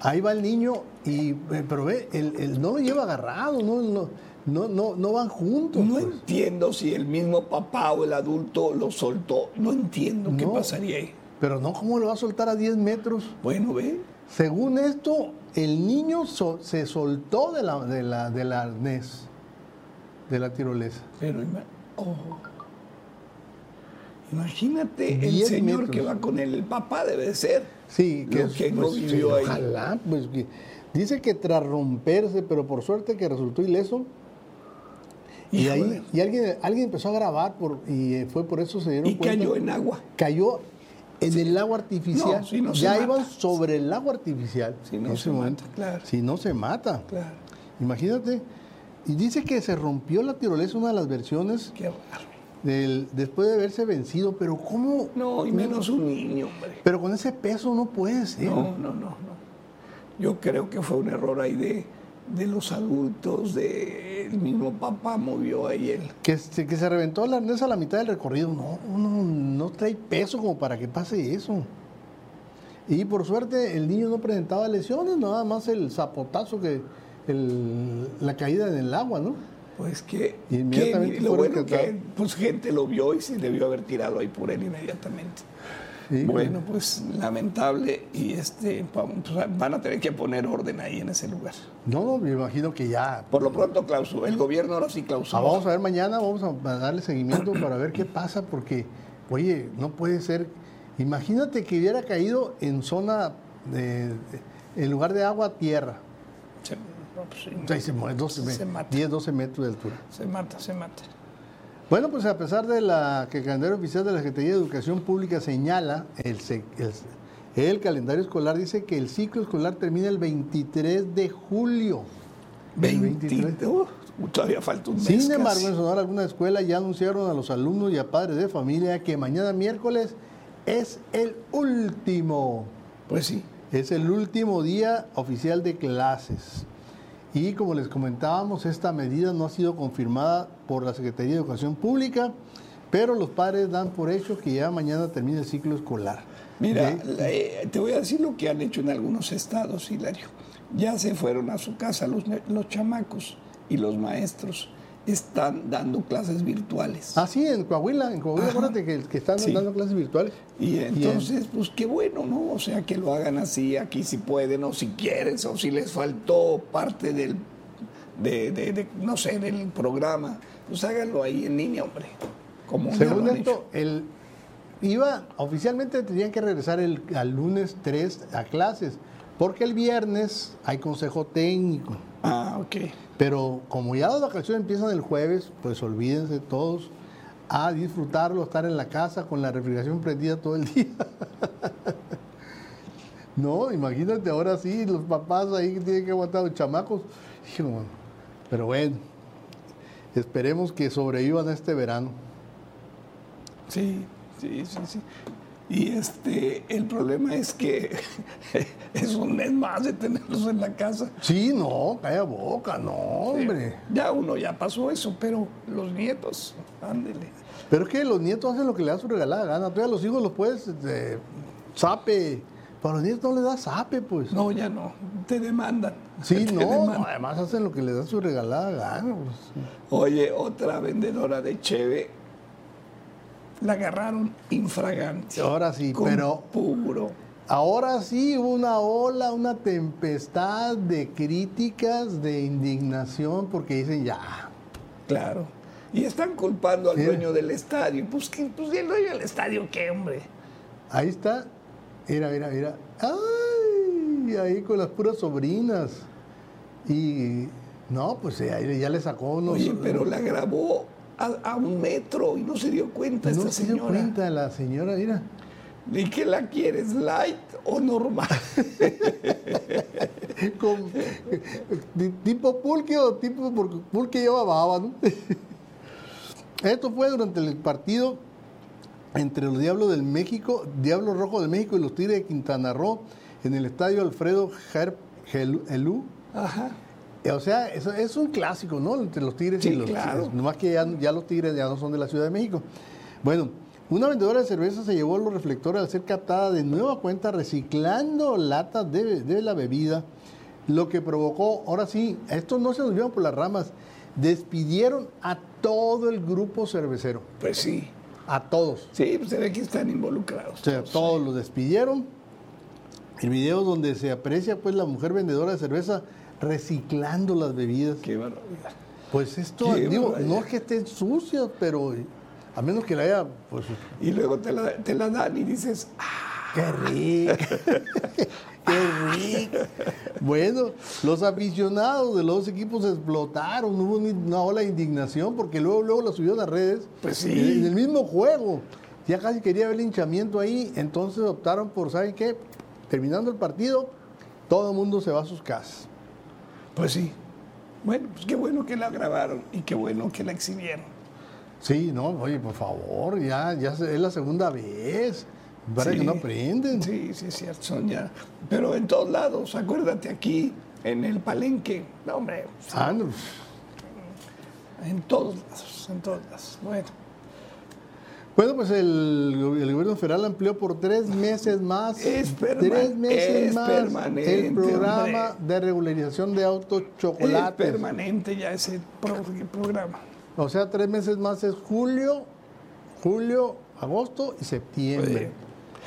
[SPEAKER 3] Ahí va el niño y eh, pero ve, el, el- no lo lleva agarrado, no, no, no, no, no van juntos.
[SPEAKER 2] No
[SPEAKER 3] pues.
[SPEAKER 2] entiendo si el mismo papá o el adulto lo soltó. No entiendo qué
[SPEAKER 3] No.
[SPEAKER 2] pasaría ahí.
[SPEAKER 3] Pero no, ¿cómo lo va a soltar a 10 metros?
[SPEAKER 2] Bueno, ve,
[SPEAKER 3] Según esto, el niño sol- se soltó de la, de la- del arnés, de la tirolesa.
[SPEAKER 2] pero ima- oh. imagínate el
[SPEAKER 3] Diez
[SPEAKER 2] señor
[SPEAKER 3] metros.
[SPEAKER 2] que va con él, el papá debe de ser.
[SPEAKER 3] Sí, pues,
[SPEAKER 2] Lo que no
[SPEAKER 3] sí,
[SPEAKER 2] vivió ahí.
[SPEAKER 3] Ojalá, pues que- dice que tras romperse, pero por suerte que resultó ileso. Y
[SPEAKER 2] Híjole.
[SPEAKER 3] ahí y alguien, alguien empezó a grabar por, y eh, fue por eso se dieron
[SPEAKER 2] y
[SPEAKER 3] cuenta.
[SPEAKER 2] cayó en agua.
[SPEAKER 3] Cayó en el agua artificial.
[SPEAKER 2] No, si no se
[SPEAKER 3] ya
[SPEAKER 2] mata.
[SPEAKER 3] iban sobre el agua artificial.
[SPEAKER 2] Si no
[SPEAKER 3] en
[SPEAKER 2] se
[SPEAKER 3] ese momento.
[SPEAKER 2] mata, claro.
[SPEAKER 3] Si no se mata.
[SPEAKER 2] Claro,
[SPEAKER 3] Imagínate. Y dice que se rompió la tirolesa, una de las versiones,
[SPEAKER 2] qué raro.
[SPEAKER 3] del, después de haberse vencido. Pero ¿cómo?
[SPEAKER 2] No, y menos un niño, hombre.
[SPEAKER 3] Pero con ese peso no puede ser.
[SPEAKER 2] No, no, no, no. Yo creo que fue un error ahí de, de los adultos, de el mismo papá movió ahí él.
[SPEAKER 3] Que, se, que se reventó el arnés a la mitad del recorrido. No, uno no trae peso como para que pase eso. Y por suerte el niño no presentaba lesiones, nada más el zapotazo que el- la caída en el agua, ¿no?
[SPEAKER 2] Pues que,
[SPEAKER 3] Y inmediatamente
[SPEAKER 2] que lo
[SPEAKER 3] fue
[SPEAKER 2] bueno que
[SPEAKER 3] rescatado.
[SPEAKER 2] pues, gente lo vio y se debió haber tirado ahí por él inmediatamente.
[SPEAKER 3] Sí,
[SPEAKER 2] Bueno, pues lamentable y este vamos, van a tener que poner orden ahí en ese lugar.
[SPEAKER 3] No, no, me imagino que ya.
[SPEAKER 2] Por lo pronto clausura, el gobierno ahora sí
[SPEAKER 3] Ah,
[SPEAKER 2] clausura.
[SPEAKER 3] vamos a ver mañana, vamos a a darle
[SPEAKER 2] [CLEARS THROAT]
[SPEAKER 3] seguimiento para ver qué pasa, porque, oye, no puede ser. Imagínate que hubiera caído en zona, de- de- en lugar de agua, tierra.
[SPEAKER 2] Se, no, pues, sí,
[SPEAKER 3] O sea, y se muere 12 me-
[SPEAKER 2] Se mata.
[SPEAKER 3] 10, 12 metros de altura.
[SPEAKER 2] se mata, se mata.
[SPEAKER 3] Bueno, pues a pesar de la que el calendario oficial de la Secretaría de Educación Pública señala, el, se- el- el calendario escolar dice que el ciclo escolar termina el 23 de julio.
[SPEAKER 2] 23.
[SPEAKER 3] 23.
[SPEAKER 2] Uh, todavía falta un mes.
[SPEAKER 3] Sin
[SPEAKER 2] casi.
[SPEAKER 3] embargo, en Sonora algunas escuelas ya anunciaron a los alumnos y a padres de familia que mañana miércoles es el último,
[SPEAKER 2] pues sí.
[SPEAKER 3] es el último día oficial de clases. Y como les comentábamos, esta medida no ha sido confirmada por la Secretaría de Educación Pública, pero los padres dan por hecho que ya mañana termina el ciclo escolar.
[SPEAKER 2] Mira,
[SPEAKER 3] De-
[SPEAKER 2] la- eh, te voy a decir lo que han hecho en algunos estados, Hilario. Ya se fueron a su casa los, ne- los chamacos y los maestros están dando clases virtuales.
[SPEAKER 3] Ah, sí, en Coahuila, en Coahuila,
[SPEAKER 2] Ajá.
[SPEAKER 3] acuérdate que, que están
[SPEAKER 2] Sí.
[SPEAKER 3] dando clases virtuales.
[SPEAKER 2] Y
[SPEAKER 3] en-
[SPEAKER 2] entonces, pues qué bueno, ¿no? O sea, que lo hagan así, aquí si pueden, o si quieren, o si les faltó parte del, de, de- de- no sé, del programa, pues háganlo ahí en línea, hombre. Como ya
[SPEAKER 3] Según
[SPEAKER 2] lo han hecho.
[SPEAKER 3] esto, el, iba, oficialmente tenían que regresar el, al lunes 3 a clases, porque el viernes hay consejo técnico.
[SPEAKER 2] Ah, ok.
[SPEAKER 3] Pero como ya las vacaciones empiezan el jueves, pues olvídense todos a disfrutarlo, estar en la casa con la refrigeración prendida todo el [LAUGHS] día. no, imagínate ahora sí, los papás ahí que tienen que aguantar a los chamacos. Dije, no, Pero bueno, esperemos que sobrevivan este verano.
[SPEAKER 2] Sí, sí, sí, sí. Y este, el problema es que [LAUGHS] es un mes más de tenerlos en la casa.
[SPEAKER 3] Sí, no, calla boca, no, hombre.
[SPEAKER 2] Ya uno ya pasó eso, pero los nietos, ándele.
[SPEAKER 3] Pero es que los nietos hacen lo que le da su regalada gana. Tú a los hijos los puedes, este, zape. Pero a los nietos no les da zape, pues.
[SPEAKER 2] No, ya no, te demandan. [LAUGHS]
[SPEAKER 3] Sí,
[SPEAKER 2] Te
[SPEAKER 3] no,
[SPEAKER 2] demandan.
[SPEAKER 3] además hacen lo que les da su regalada gana. pues.
[SPEAKER 2] Oye, otra vendedora de cheve la agarraron infragante.
[SPEAKER 3] Ahora sí,
[SPEAKER 2] con
[SPEAKER 3] pero-
[SPEAKER 2] puro.
[SPEAKER 3] Ahora sí hubo una ola, una tempestad de críticas, de indignación, porque dicen ya.
[SPEAKER 2] Claro. Y están culpando al
[SPEAKER 3] Sí.
[SPEAKER 2] dueño del estadio. Pues, ¿qué? pues el dueño del estadio, ¿qué, hombre?
[SPEAKER 3] Ahí está. Mira, mira, mira. ¡Ay! Ahí con las puras sobrinas. Y. No, pues eh, ahí ya le sacó unos.
[SPEAKER 2] Oye, pero la grabó a, a un metro y no se dio cuenta
[SPEAKER 3] no
[SPEAKER 2] esta
[SPEAKER 3] se dio
[SPEAKER 2] señora.
[SPEAKER 3] cuenta la señora, mira.
[SPEAKER 2] ¿Y qué la quieres, light o
[SPEAKER 3] [LAUGHS]
[SPEAKER 2] normal? [LAUGHS]
[SPEAKER 3] Con- ti- tipo pulque o tipo por- [LAUGHS] pulque lleva baba, ¿no? Esto fue durante el partido entre los Diablos del México, Diablos Rojos del México y los Tigres de Quintana Roo en el estadio Alfredo Ger- Gel- Helú.
[SPEAKER 2] Ajá.
[SPEAKER 3] Eh, O sea, es, es un clásico, ¿no? Entre los Tigres
[SPEAKER 2] Sí,
[SPEAKER 3] y los
[SPEAKER 2] claro.
[SPEAKER 3] Nomás que ya, ya los Tigres ya no son de la Ciudad de México. Bueno, una vendedora de cerveza se llevó los reflectores al ser captada de nueva cuenta reciclando latas de, de la bebida, lo que provocó, ahora sí, estos no se nos vieron por las ramas, despidieron a todo el grupo cervecero,
[SPEAKER 2] Pues sí.
[SPEAKER 3] a todos.
[SPEAKER 2] Sí, pues se ve que están involucrados.
[SPEAKER 3] O sea, todos los despidieron. El video donde se aprecia pues la mujer vendedora de cerveza reciclando las bebidas.
[SPEAKER 2] Qué barbaridad.
[SPEAKER 3] Pues esto,
[SPEAKER 2] Qué
[SPEAKER 3] digo,
[SPEAKER 2] barbaridad.
[SPEAKER 3] no es que estén sucios, pero a menos que la haya, pues,
[SPEAKER 2] Y luego te la, te la dan y dices, ah,
[SPEAKER 3] qué rico, [LAUGHS] qué rico. Bueno, los aficionados de los dos equipos explotaron, hubo ni- una ola de indignación, porque luego, luego la subieron a redes,
[SPEAKER 2] Pues sí.
[SPEAKER 3] en, en el mismo juego. Ya casi quería ver linchamiento ahí, entonces optaron por, ¿saben qué? Terminando el partido, todo el mundo se va a sus casas.
[SPEAKER 2] pues sí. Bueno, pues qué bueno que la grabaron y qué bueno que la exhibieron.
[SPEAKER 3] Sí, no, oye, por favor, ya, ya se- es la segunda vez. Para
[SPEAKER 2] Sí.
[SPEAKER 3] que no aprenden.
[SPEAKER 2] Sí, sí, es cierto, son ya. Pero en todos lados, acuérdate aquí, en el palenque, no, hombre,
[SPEAKER 3] Ah, no, pues,
[SPEAKER 2] en todos lados, en todos lados. Bueno,
[SPEAKER 3] Bueno, pues el, gobi- el gobierno federal amplió por tres meses más.
[SPEAKER 2] Es perma-
[SPEAKER 3] tres meses
[SPEAKER 2] es
[SPEAKER 3] más
[SPEAKER 2] permanente,
[SPEAKER 3] el programa
[SPEAKER 2] hombre.
[SPEAKER 3] de regularización de autos
[SPEAKER 2] es
[SPEAKER 3] chocolates.
[SPEAKER 2] permanente ya ese pro- programa.
[SPEAKER 3] O sea, tres meses más es julio, julio, agosto y septiembre.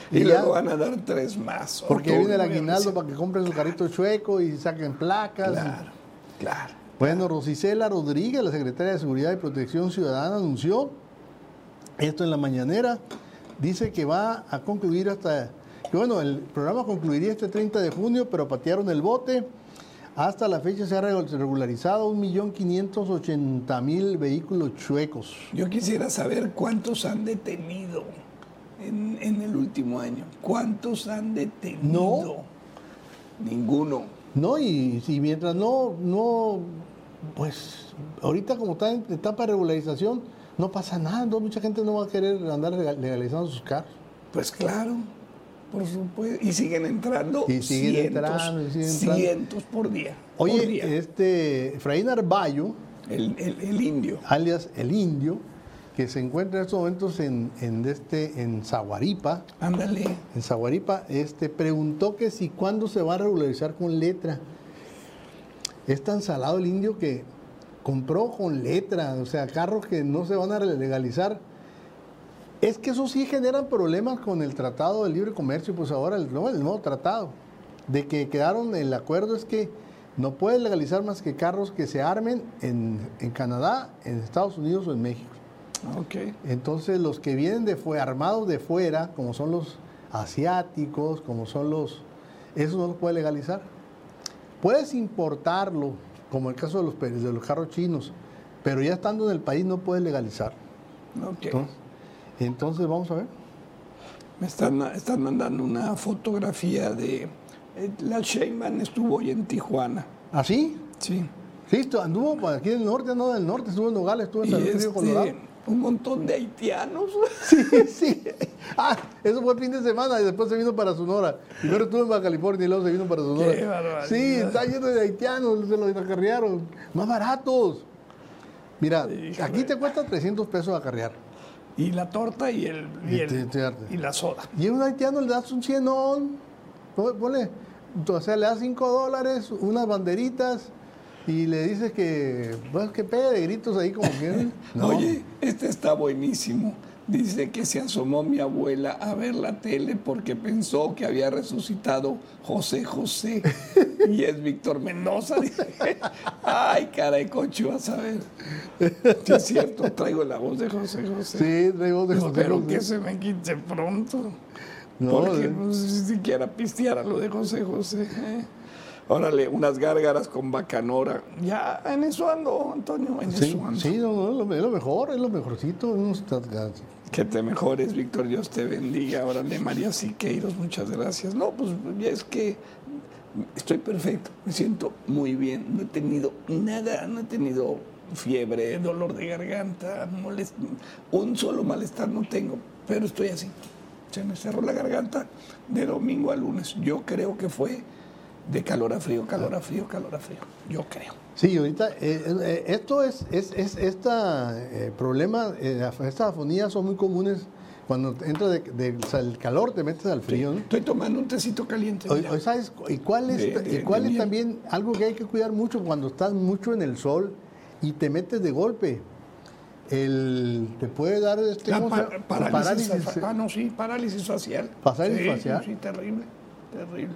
[SPEAKER 2] Y,
[SPEAKER 3] Y ya-
[SPEAKER 2] luego van a dar tres más.
[SPEAKER 3] Porque
[SPEAKER 2] octubre,
[SPEAKER 3] viene el aguinaldo
[SPEAKER 2] noviembre,
[SPEAKER 3] para que compren su carrito chueco y saquen placas.
[SPEAKER 2] Claro, claro.
[SPEAKER 3] Bueno, Rosicela Rodríguez, la secretaria de Seguridad y Protección Ciudadana, anunció esto en la mañanera. Dice que va a concluir hasta. que, bueno, el programa concluiría este 30 de junio, pero patearon el bote. Hasta la fecha se ha regu- regularizado 1.580.000 vehículos chuecos.
[SPEAKER 2] Yo quisiera saber cuántos han detenido en, en el último año. ¿Cuántos han detenido? Ninguno.
[SPEAKER 3] ¿No? Y, y mientras no, no. Pues ahorita, como está en etapa de regularización, no pasa nada. ¿no? Mucha gente no va a querer andar legal- legalizando sus carros.
[SPEAKER 2] Pues claro, por supuesto. Y siguen entrando
[SPEAKER 3] Y siguen
[SPEAKER 2] cientos,
[SPEAKER 3] entrando, y siguen entrando.
[SPEAKER 2] cientos por día. por día.
[SPEAKER 3] Oye, este Efraín Arballo,
[SPEAKER 2] el, el- el indio.
[SPEAKER 3] alias El Indio, que se encuentra en estos momentos en, en, este, en Zaguaripa,
[SPEAKER 2] Ándale.
[SPEAKER 3] en Zaguaripa, este, preguntó que si cuándo se va a regularizar con letra. Es tan salado el indio que compró con letra, o sea, carros que no se van a legalizar. Es que eso sí generan problemas con el Tratado de Libre Comercio, pues ahora el, no, el nuevo tratado. De que quedaron, el acuerdo es que no puedes legalizar más que carros que se armen en, en Canadá, en Estados Unidos o en México.
[SPEAKER 2] Ok.
[SPEAKER 3] Entonces los que vienen de fue armados de fuera, como son los asiáticos, como son los, eso no lo puede legalizar. Puedes importarlo, como el caso de los pe- de los carros chinos, pero ya estando en el país no puedes legalizar.
[SPEAKER 2] ok.
[SPEAKER 3] Entonces, entonces vamos a ver.
[SPEAKER 2] Me están, están mandando una fotografía de. eh, La Sheinman estuvo hoy en Tijuana.
[SPEAKER 3] ¿Así?
[SPEAKER 2] Sí.
[SPEAKER 3] Sí, estu- ¿Ah, anduvo por aquí del norte, no del norte, estuvo en Nogales, estuvo en
[SPEAKER 2] Y
[SPEAKER 3] San Luis Río
[SPEAKER 2] este,
[SPEAKER 3] Colorado.
[SPEAKER 2] un montón de haitianos. [LAUGHS]
[SPEAKER 3] Sí, [LAUGHS] sí. Ah, eso fue el fin de semana y después se vino para Sonora. Primero estuvo en Baja California y luego se vino para Sonora.
[SPEAKER 2] Qué barbaridad.
[SPEAKER 3] sí, está lleno de haitianos, se los acarrearon. Más baratos. Mira,
[SPEAKER 2] Híjole.
[SPEAKER 3] aquí te cuesta 300 pesos acarrear.
[SPEAKER 2] Y la torta y el, y,
[SPEAKER 3] Y
[SPEAKER 2] el-
[SPEAKER 3] te- te arde.
[SPEAKER 2] y la soda.
[SPEAKER 3] Y a un haitiano le das un cienón. Pon- Ponle, o sea, le das 5 dólares, unas banderitas y le dices que, pues, que pegue de gritos ahí como
[SPEAKER 2] [LAUGHS]
[SPEAKER 3] que. No.
[SPEAKER 2] Oye, este está buenísimo. Dice que se asomó mi abuela a ver la tele porque pensó que había resucitado José
[SPEAKER 3] [LAUGHS]
[SPEAKER 2] José. y es Víctor Mendoza. Dice, Ay, caray, cocho, vas a ver. Sí, es cierto, traigo la voz de José José.
[SPEAKER 3] Sí, traigo de
[SPEAKER 2] Espero que se me quite pronto.
[SPEAKER 3] No,
[SPEAKER 2] porque
[SPEAKER 3] eh.
[SPEAKER 2] no sé si siquiera pisteara lo de José José. ¿eh? Órale, unas gárgaras con bacanora. Ya, en eso ando, Antonio, en
[SPEAKER 3] Sí,
[SPEAKER 2] eso ando.
[SPEAKER 3] sí, no, no, es lo- es lo mejor, es lo mejorcito. unos tat-
[SPEAKER 2] Que te mejores, Víctor, Dios te bendiga. Órale, María Siqueiros, muchas gracias. No, pues ya es que estoy perfecto, me siento muy bien, no he tenido nada, no he tenido fiebre, dolor de garganta, molest- un solo malestar no tengo. pero estoy así. Se me cerró la garganta de domingo a lunes. Yo creo que fue de calor a frío, calor a frío, calor a frío. Yo creo.
[SPEAKER 3] Sí, ahorita, eh, eh, esto es, es, es esta eh, problema, eh, af- estas afonías son muy comunes cuando entra de- del sal- calor, te metes al frío, ¿no?
[SPEAKER 2] Estoy tomando un tecito caliente.
[SPEAKER 3] Hoy-
[SPEAKER 2] mira.
[SPEAKER 3] hoy ¿sabes? cu- ¿Y cuál es,
[SPEAKER 2] De- de-
[SPEAKER 3] y cuál
[SPEAKER 2] de
[SPEAKER 3] es
[SPEAKER 2] miel.
[SPEAKER 3] también algo que hay que cuidar mucho cuando estás mucho en el sol y te metes de golpe? El, te puede dar este,
[SPEAKER 2] La
[SPEAKER 3] ¿cómo se
[SPEAKER 2] pa-
[SPEAKER 3] llama?
[SPEAKER 2] parálisis,
[SPEAKER 3] Parálisis.
[SPEAKER 2] fa- ah, no, sí, parálisis facial.
[SPEAKER 3] ¿Parálisis
[SPEAKER 2] Sí,
[SPEAKER 3] facial?
[SPEAKER 2] Sí, terrible, terrible.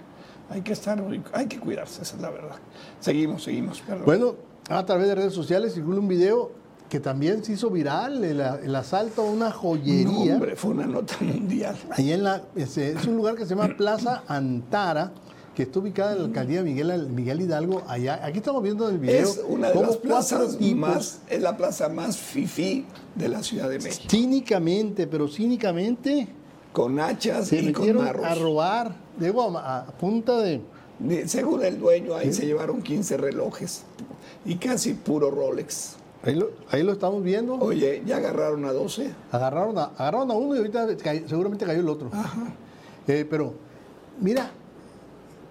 [SPEAKER 2] Hay que estar, muy- hay que cuidarse, esa es la verdad. Seguimos, seguimos. perdón.
[SPEAKER 3] Bueno, a través de redes sociales circula un video que también se hizo viral, el, a- el asalto a una
[SPEAKER 2] No,
[SPEAKER 3] joyería.
[SPEAKER 2] hombre, fue una
[SPEAKER 3] [LAUGHS]
[SPEAKER 2] nota mundial.
[SPEAKER 3] Ahí en la, es, es un lugar que se llama Plaza Antara, que está ubicada en la alcaldía Miguel, Miguel Hidalgo. Allá, aquí estamos viendo en el video
[SPEAKER 2] Es una de
[SPEAKER 3] cómo
[SPEAKER 2] las
[SPEAKER 3] cuatro
[SPEAKER 2] plazas
[SPEAKER 3] tipos,
[SPEAKER 2] más, es la plaza más fifí de la Ciudad de México.
[SPEAKER 3] cínicamente, pero cínicamente,
[SPEAKER 2] Con hachas
[SPEAKER 3] se
[SPEAKER 2] y con
[SPEAKER 3] metieron a
[SPEAKER 2] marros.
[SPEAKER 3] robar, digo, a, a punta de...
[SPEAKER 2] De- Según el dueño, ahí se llevaron 15 relojes y casi puro Rolex.
[SPEAKER 3] Ahí lo, ahí lo estamos viendo.
[SPEAKER 2] Oye, ya agarraron a 12.
[SPEAKER 3] Agarraron a, agarraron a uno y ahorita cay- seguramente cayó el otro.
[SPEAKER 2] Ajá.
[SPEAKER 3] Eh, pero, mira,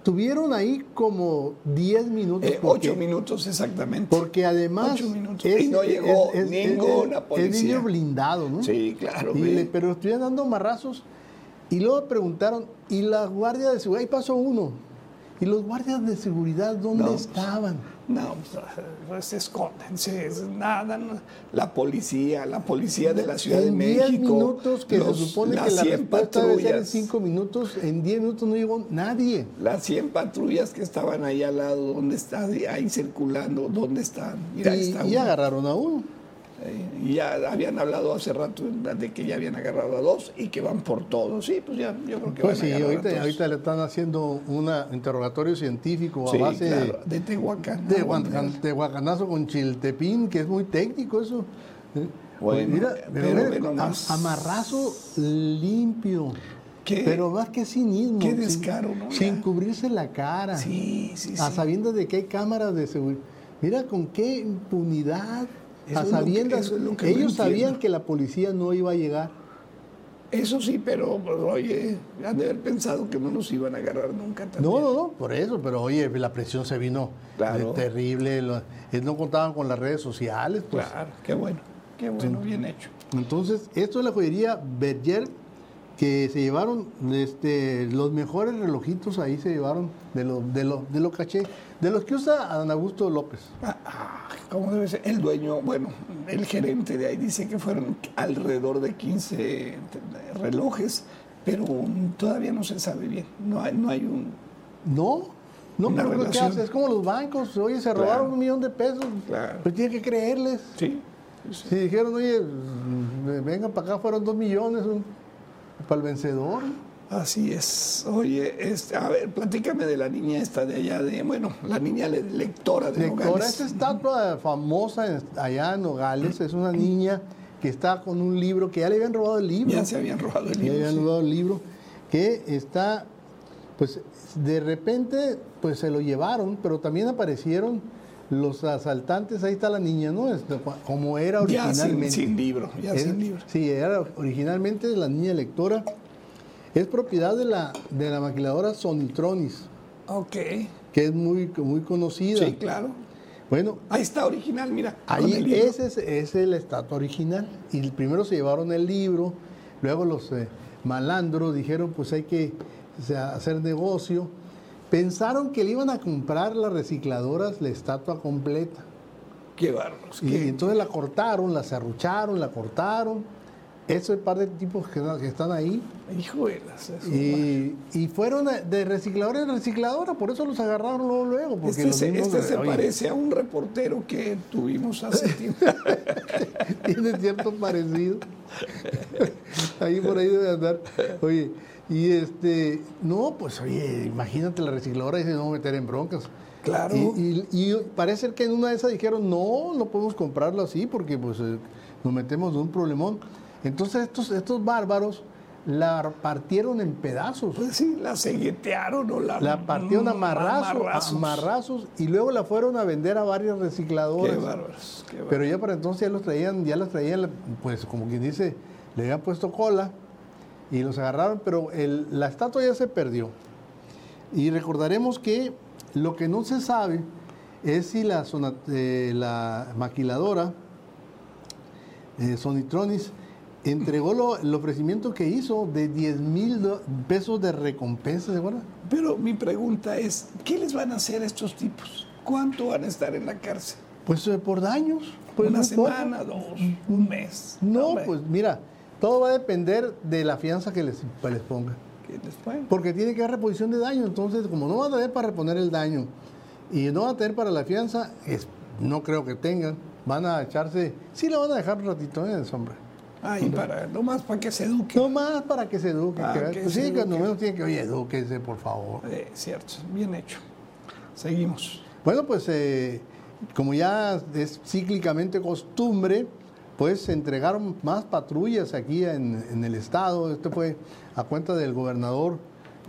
[SPEAKER 3] tuvieron ahí como 10 minutos.
[SPEAKER 2] Eh,
[SPEAKER 3] porque-
[SPEAKER 2] ocho minutos exactamente.
[SPEAKER 3] Porque además
[SPEAKER 2] Ocho minutos. Y no llegó ninguna
[SPEAKER 3] Es
[SPEAKER 2] policía.
[SPEAKER 3] vidrio blindado, ¿no?
[SPEAKER 2] Sí, claro,
[SPEAKER 3] Y
[SPEAKER 2] ve.
[SPEAKER 3] le- pero estuvieron dando marrazos y luego preguntaron, ¿y la guardia de seguridad? Ahí pasó uno. ¿Y los guardias de seguridad dónde
[SPEAKER 2] No.
[SPEAKER 3] estaban?
[SPEAKER 2] No, pues, se esconden, se- es nada. no. La policía, la policía de la Ciudad
[SPEAKER 3] en
[SPEAKER 2] de
[SPEAKER 3] 10
[SPEAKER 2] México.
[SPEAKER 3] minutos, que
[SPEAKER 2] los-
[SPEAKER 3] se supone que
[SPEAKER 2] las
[SPEAKER 3] la
[SPEAKER 2] 100
[SPEAKER 3] respuesta debe ser en
[SPEAKER 2] patrullas,
[SPEAKER 3] 5 minutos, en 10 minutos no llegó nadie.
[SPEAKER 2] Las 100 patrullas que estaban ahí al lado, ¿dónde están? Ahí circulando, ¿dónde están? Mira, ahí
[SPEAKER 3] y,
[SPEAKER 2] está
[SPEAKER 3] y
[SPEAKER 2] uno.
[SPEAKER 3] agarraron a uno.
[SPEAKER 2] Eh, y ya habían hablado hace rato de que ya habían agarrado a dos y que van por todos. Sí, pues ya, yo creo que
[SPEAKER 3] Pues
[SPEAKER 2] van
[SPEAKER 3] sí,
[SPEAKER 2] a agarrar a
[SPEAKER 3] ahorita,
[SPEAKER 2] todos.
[SPEAKER 3] ahorita le están haciendo un interrogatorio científico a
[SPEAKER 2] Sí,
[SPEAKER 3] base de-
[SPEAKER 2] claro, de Tehuacán.
[SPEAKER 3] De,
[SPEAKER 2] Ah, bueno,
[SPEAKER 3] guancan- de guacanazo con chiltepín, que es muy técnico eso. Eh,
[SPEAKER 2] Bueno,
[SPEAKER 3] mira,
[SPEAKER 2] pero
[SPEAKER 3] pero mira,
[SPEAKER 2] ve nomás.
[SPEAKER 3] am- amarrazo limpio.
[SPEAKER 2] Qué-
[SPEAKER 3] Pero más que cinismo.
[SPEAKER 2] qué
[SPEAKER 3] sin-
[SPEAKER 2] descaro, ¿no?
[SPEAKER 3] Sin
[SPEAKER 2] Ya.
[SPEAKER 3] cubrirse la cara.
[SPEAKER 2] Sí, sí, sí.
[SPEAKER 3] A sabiendas de que hay cámaras de seguridad. Mira con qué impunidad.
[SPEAKER 2] Eso
[SPEAKER 3] a
[SPEAKER 2] es lo que-
[SPEAKER 3] sabiendas.
[SPEAKER 2] eso es lo que no
[SPEAKER 3] ellos sabían
[SPEAKER 2] entiendo.
[SPEAKER 3] que la policía no iba a llegar.
[SPEAKER 2] Eso sí, pero pues, oye, han de haber pensado que no nos iban a agarrar nunca. también.
[SPEAKER 3] No, no, no, por eso, pero oye, la presión se vino
[SPEAKER 2] Claro.
[SPEAKER 3] eh, terrible, lo- eh, no contaban con las redes sociales, pues.
[SPEAKER 2] Claro, qué bueno, qué bueno, bien hecho.
[SPEAKER 3] Entonces, esto es la joyería Berger, que se llevaron este, los mejores relojitos ahí se llevaron de los de los de los caché, de los que usa Adán Augusto López.
[SPEAKER 2] Ah, ah, ¿Cómo debe ser? El dueño, bueno, el gerente de ahí dice que fueron alrededor de 15 relojes, pero todavía no se sabe bien. No hay, no hay un.
[SPEAKER 3] No, no,
[SPEAKER 2] Una
[SPEAKER 3] pero ¿qué
[SPEAKER 2] relación.
[SPEAKER 3] hace? Es como los bancos, oye, se
[SPEAKER 2] Claro.
[SPEAKER 3] robaron un millón de pesos,
[SPEAKER 2] Claro.
[SPEAKER 3] pero tienen que creerles.
[SPEAKER 2] Sí.
[SPEAKER 3] Si dijeron, oye, mm, vengan para acá, fueron dos millones un- para el vencedor.
[SPEAKER 2] Así es. Oye, este, a ver, platícame de la niña esta de allá, de, bueno, la niña le- lectora de
[SPEAKER 3] Lectora,
[SPEAKER 2] Nogales.
[SPEAKER 3] esta estatua famosa en- allá en Nogales es una niña que está con un libro, que ya le habían robado el libro.
[SPEAKER 2] Ya se habían robado el
[SPEAKER 3] Ya
[SPEAKER 2] libro.
[SPEAKER 3] habían
[SPEAKER 2] sí.
[SPEAKER 3] robado el libro, que está, pues de repente, pues se lo llevaron, pero también aparecieron los asaltantes, ahí está la niña, ¿no? Este, cu- Como era
[SPEAKER 2] Ya
[SPEAKER 3] originalmente.
[SPEAKER 2] sin, sin libro, ya
[SPEAKER 3] Es-
[SPEAKER 2] sin libro.
[SPEAKER 3] Sí, era originalmente la niña lectora. Es propiedad de la, de la maquiladora Sonitronis,
[SPEAKER 2] Ok.
[SPEAKER 3] que es muy, muy conocida.
[SPEAKER 2] Sí, claro.
[SPEAKER 3] Bueno,
[SPEAKER 2] Ahí está original, mira. con el
[SPEAKER 3] Ahí
[SPEAKER 2] libro.
[SPEAKER 3] ese es, es el estatua original. Y el- primero se llevaron el libro, luego los eh, malandros dijeron pues hay que o sea, hacer negocio. Pensaron que le iban a comprar las recicladoras la estatua completa.
[SPEAKER 2] Qué bárbaros.
[SPEAKER 3] Y
[SPEAKER 2] qué-
[SPEAKER 3] entonces la cortaron, la serrucharon, la cortaron. Ese par de tipos que, que están ahí.
[SPEAKER 2] Hijo de las- eso,
[SPEAKER 3] Y, y fueron de recicladora en recicladora, por eso los agarraron luego. luego porque
[SPEAKER 2] Este
[SPEAKER 3] los
[SPEAKER 2] se,
[SPEAKER 3] mismos-
[SPEAKER 2] este se
[SPEAKER 3] Oye,
[SPEAKER 2] parece a un reportero que tuvimos [LAUGHS] hace tiempo.
[SPEAKER 3] [LAUGHS] Tiene cierto parecido. ahí por ahí debe andar. Oye, y este, no, pues oye, imagínate la recicladora dice, no meter en broncas.
[SPEAKER 2] Claro.
[SPEAKER 3] Y, y- y parece ser que en una de esas dijeron, no, no podemos comprarlo así porque pues eh, nos metemos en un problemón. Entonces estos, estos bárbaros la partieron en pedazos.
[SPEAKER 2] Pues sí, la ceguetearon o la.
[SPEAKER 3] La partieron a marrazos,
[SPEAKER 2] Mm, amarrazos.
[SPEAKER 3] a marrazos, y luego la fueron a vender a varias recicladoras.
[SPEAKER 2] Qué bárbaros. qué bárbaros.
[SPEAKER 3] Pero ya para entonces ya los traían, ya las traían, pues como quien dice, le habían puesto cola y los agarraron, pero el- la estatua ya se perdió. Y recordaremos que lo que no se sabe es si la, sona- eh, la maquiladora eh, Sonitronis entregó lo- el ofrecimiento que hizo de 10 mil pesos de recompensa, ¿se acuerdan?
[SPEAKER 2] Pero mi pregunta es, ¿qué les van a hacer a estos tipos? ¿Cuánto van a estar en la cárcel?
[SPEAKER 3] Pues eh, por daños. Pues
[SPEAKER 2] ¿Una
[SPEAKER 3] muy poco.
[SPEAKER 2] semana, dos, un mes?
[SPEAKER 3] No,
[SPEAKER 2] hombre,
[SPEAKER 3] pues mira, todo va a depender de la fianza que les, que les ponga.
[SPEAKER 2] ¿qué les fue?
[SPEAKER 3] Porque tiene que haber reposición de daño. Entonces, como no va a tener para reponer el daño y no va a tener para la fianza, es- no creo que tengan. Van a echarse. Sí, la van a dejar un ratito ¿eh, en el sombra.
[SPEAKER 2] Ay, para, nomás para que se eduque.
[SPEAKER 3] No más para que se eduque.
[SPEAKER 2] Ah,
[SPEAKER 3] que vean-
[SPEAKER 2] que
[SPEAKER 3] pues
[SPEAKER 2] se
[SPEAKER 3] sí, cuando
[SPEAKER 2] eduque.
[SPEAKER 3] menos tiene que. Oye, edúquese, por favor.
[SPEAKER 2] Eh, cierto, bien hecho. Seguimos.
[SPEAKER 3] Bueno, pues eh, como ya es cíclicamente costumbre, pues se entregaron más patrullas aquí en, en el estado. Esto fue a cuenta del gobernador,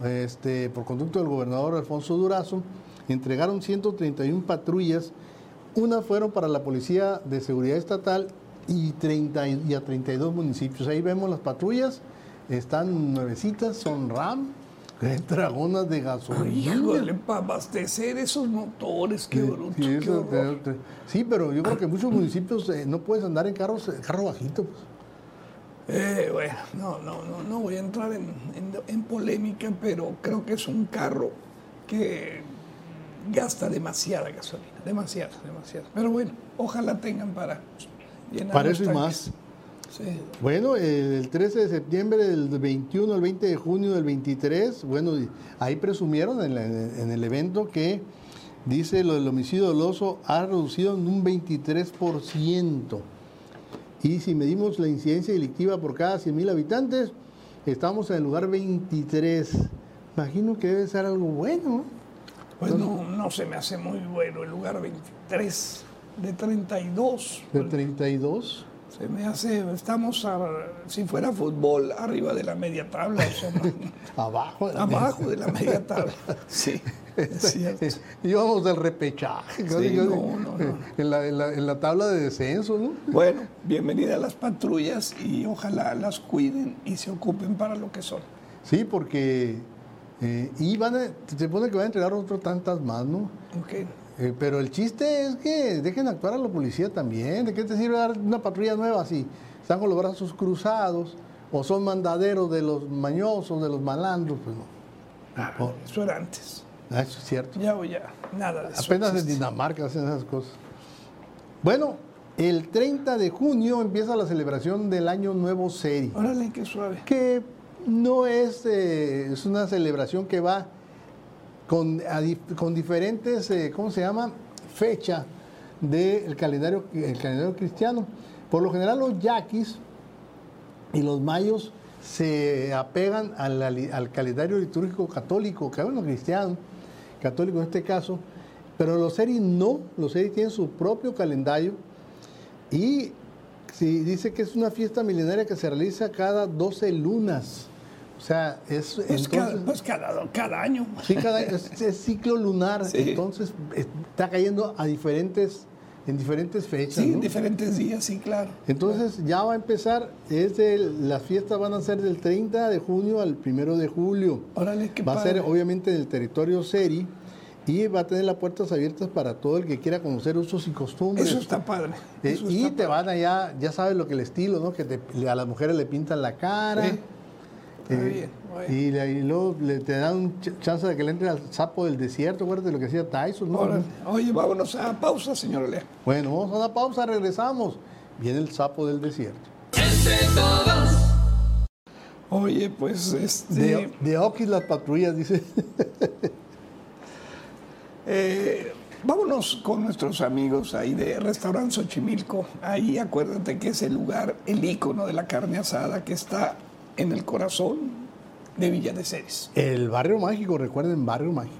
[SPEAKER 3] este, por conducto del gobernador Alfonso Durazo. Entregaron 131 patrullas. Unas fueron para la Policía de Seguridad Estatal y, 30 y y a 32 municipios. Ahí vemos las patrullas. Están nuevecitas, son RAM, [LAUGHS] dragonas de gasolina.
[SPEAKER 2] Híjole, para abastecer esos motores, qué
[SPEAKER 3] Sí,
[SPEAKER 2] bruto,
[SPEAKER 3] sí,
[SPEAKER 2] qué
[SPEAKER 3] eso te-
[SPEAKER 2] horror.
[SPEAKER 3] te- sí, pero yo creo que en muchos municipios eh, no puedes andar en carros, eh, carro bajito. pues.
[SPEAKER 2] Eh, bueno, no, no, no, no voy a entrar en, en- en polémica, pero creo que es un carro que gasta demasiada gasolina, demasiada, demasiada. Pero bueno, ojalá tengan para llenar
[SPEAKER 3] Para
[SPEAKER 2] los
[SPEAKER 3] eso y
[SPEAKER 2] tanques.
[SPEAKER 3] más.
[SPEAKER 2] Sí.
[SPEAKER 3] Bueno, eh, el 13 de septiembre del 21 al 20 de junio del 23, bueno, y ahí presumieron en, la- en el evento que dice lo del homicidio doloso ha reducido en un 23%. Y si medimos la incidencia delictiva por cada 100.000 habitantes, estamos en el lugar 23. Imagino que debe ser algo bueno, ¿no?
[SPEAKER 2] Pues no, no se me hace muy bueno el lugar 23 de 32.
[SPEAKER 3] De 32.
[SPEAKER 2] Se me hace, estamos, a- si fuera fútbol, arriba de la media tabla, o sea, [LAUGHS] no-
[SPEAKER 3] Abajo. de la
[SPEAKER 2] abajo de la media
[SPEAKER 3] [LAUGHS]
[SPEAKER 2] tabla. Sí, es cierto.
[SPEAKER 3] mesa. Íbamos del repechaje. casi, casi,
[SPEAKER 2] no, no, no.
[SPEAKER 3] eh, En, la, en la- en la tabla de descenso, ¿no?
[SPEAKER 2] Bueno, bienvenida a las patrullas y ojalá las cuiden y se ocupen para lo que son.
[SPEAKER 3] Sí, porque. eh, y van a, se supone que van a entregar otro tantas más, ¿no?
[SPEAKER 2] Ok.
[SPEAKER 3] Eh, pero el chiste es que dejen actuar a la policía también. ¿De qué te sirve dar una patrulla nueva si están con los brazos cruzados o son mandaderos de los mañosos, de los malandros? Pues no.
[SPEAKER 2] Ah,
[SPEAKER 3] Oh.
[SPEAKER 2] Eso era antes.
[SPEAKER 3] Ah, Eso es cierto.
[SPEAKER 2] Ya o ya, nada de eso.
[SPEAKER 3] Apenas en
[SPEAKER 2] existe.
[SPEAKER 3] Dinamarca hacen esas cosas. Bueno, el 30 de junio empieza la celebración del Año Nuevo Seri,
[SPEAKER 2] Órale, qué suave.
[SPEAKER 3] que no es, eh, es una celebración que va con, a dif- con diferentes, eh, ¿cómo se llama? Fecha del calendario, el calendario cristiano. Por lo general los yaquis y los mayos se apegan al, al- al calendario litúrgico católico, que bueno, cristiano, católico en este caso, pero los seris no, los seris tienen su propio calendario y sí, dice que es una fiesta milenaria que se realiza cada 12 lunas. O sea, es...
[SPEAKER 2] Pues, cada,
[SPEAKER 3] entonces-
[SPEAKER 2] pues cada, cada año. pues,
[SPEAKER 3] Sí, cada- es, es ciclo lunar,
[SPEAKER 2] Sí.
[SPEAKER 3] entonces está cayendo a diferentes, en diferentes fechas.
[SPEAKER 2] Sí, en
[SPEAKER 3] ¿no?
[SPEAKER 2] diferentes días, sí, claro.
[SPEAKER 3] Entonces ya va a empezar, es del- las fiestas van a ser del 30 de junio al 1 de julio.
[SPEAKER 2] Órale, qué
[SPEAKER 3] va a ser
[SPEAKER 2] padre.
[SPEAKER 3] obviamente en el territorio Seri y va a tener las puertas abiertas para todo el que quiera conocer usos y costumbres.
[SPEAKER 2] Eso está padre.
[SPEAKER 3] Eh,
[SPEAKER 2] eso
[SPEAKER 3] y
[SPEAKER 2] está
[SPEAKER 3] te van allá, ya sabes lo que el estilo, ¿no? Que te- a las mujeres le pintan la cara. eh,
[SPEAKER 2] Sí. Está bien, muy bien.
[SPEAKER 3] y, le- y luego le, te dan un ch- chance de que le entre al sapo del desierto, acuérdate lo que hacía Tyson, ¿no?
[SPEAKER 2] Órale. Oye, vámonos a pausa, señor Lea.
[SPEAKER 3] Bueno, vamos a una pausa, regresamos. Viene el sapo del desierto.
[SPEAKER 1] entre todos,
[SPEAKER 2] Oye, pues este,
[SPEAKER 3] De, de Oquis las patrullas, dice. [LAUGHS]
[SPEAKER 2] eh, vámonos con nuestros amigos ahí de Restaurante Xochimilco. Ahí acuérdate que es el lugar, el ícono de la carne asada que está en el corazón de Villa de Ceres.
[SPEAKER 3] El barrio mágico, recuerden, barrio mágico.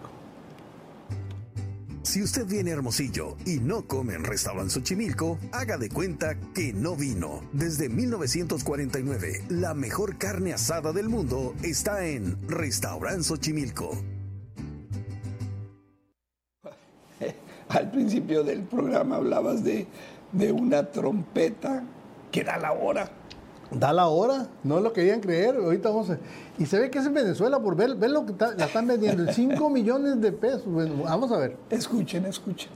[SPEAKER 5] Si usted viene a Hermosillo y no come en Restaurant Xochimilco, haga de cuenta que no vino. Desde 1949, la mejor carne asada del mundo está en Restaurant Xochimilco.
[SPEAKER 2] Al principio del programa hablabas de, de una trompeta que da la hora.
[SPEAKER 3] Da la hora, no lo querían creer, ahorita vamos a- Y se ve que es en Venezuela, por ver, ver lo que está- la están vendiendo,
[SPEAKER 6] [LAUGHS]
[SPEAKER 3] 5 millones de pesos. Bueno, vamos a ver.
[SPEAKER 2] Escuchen, escuchen.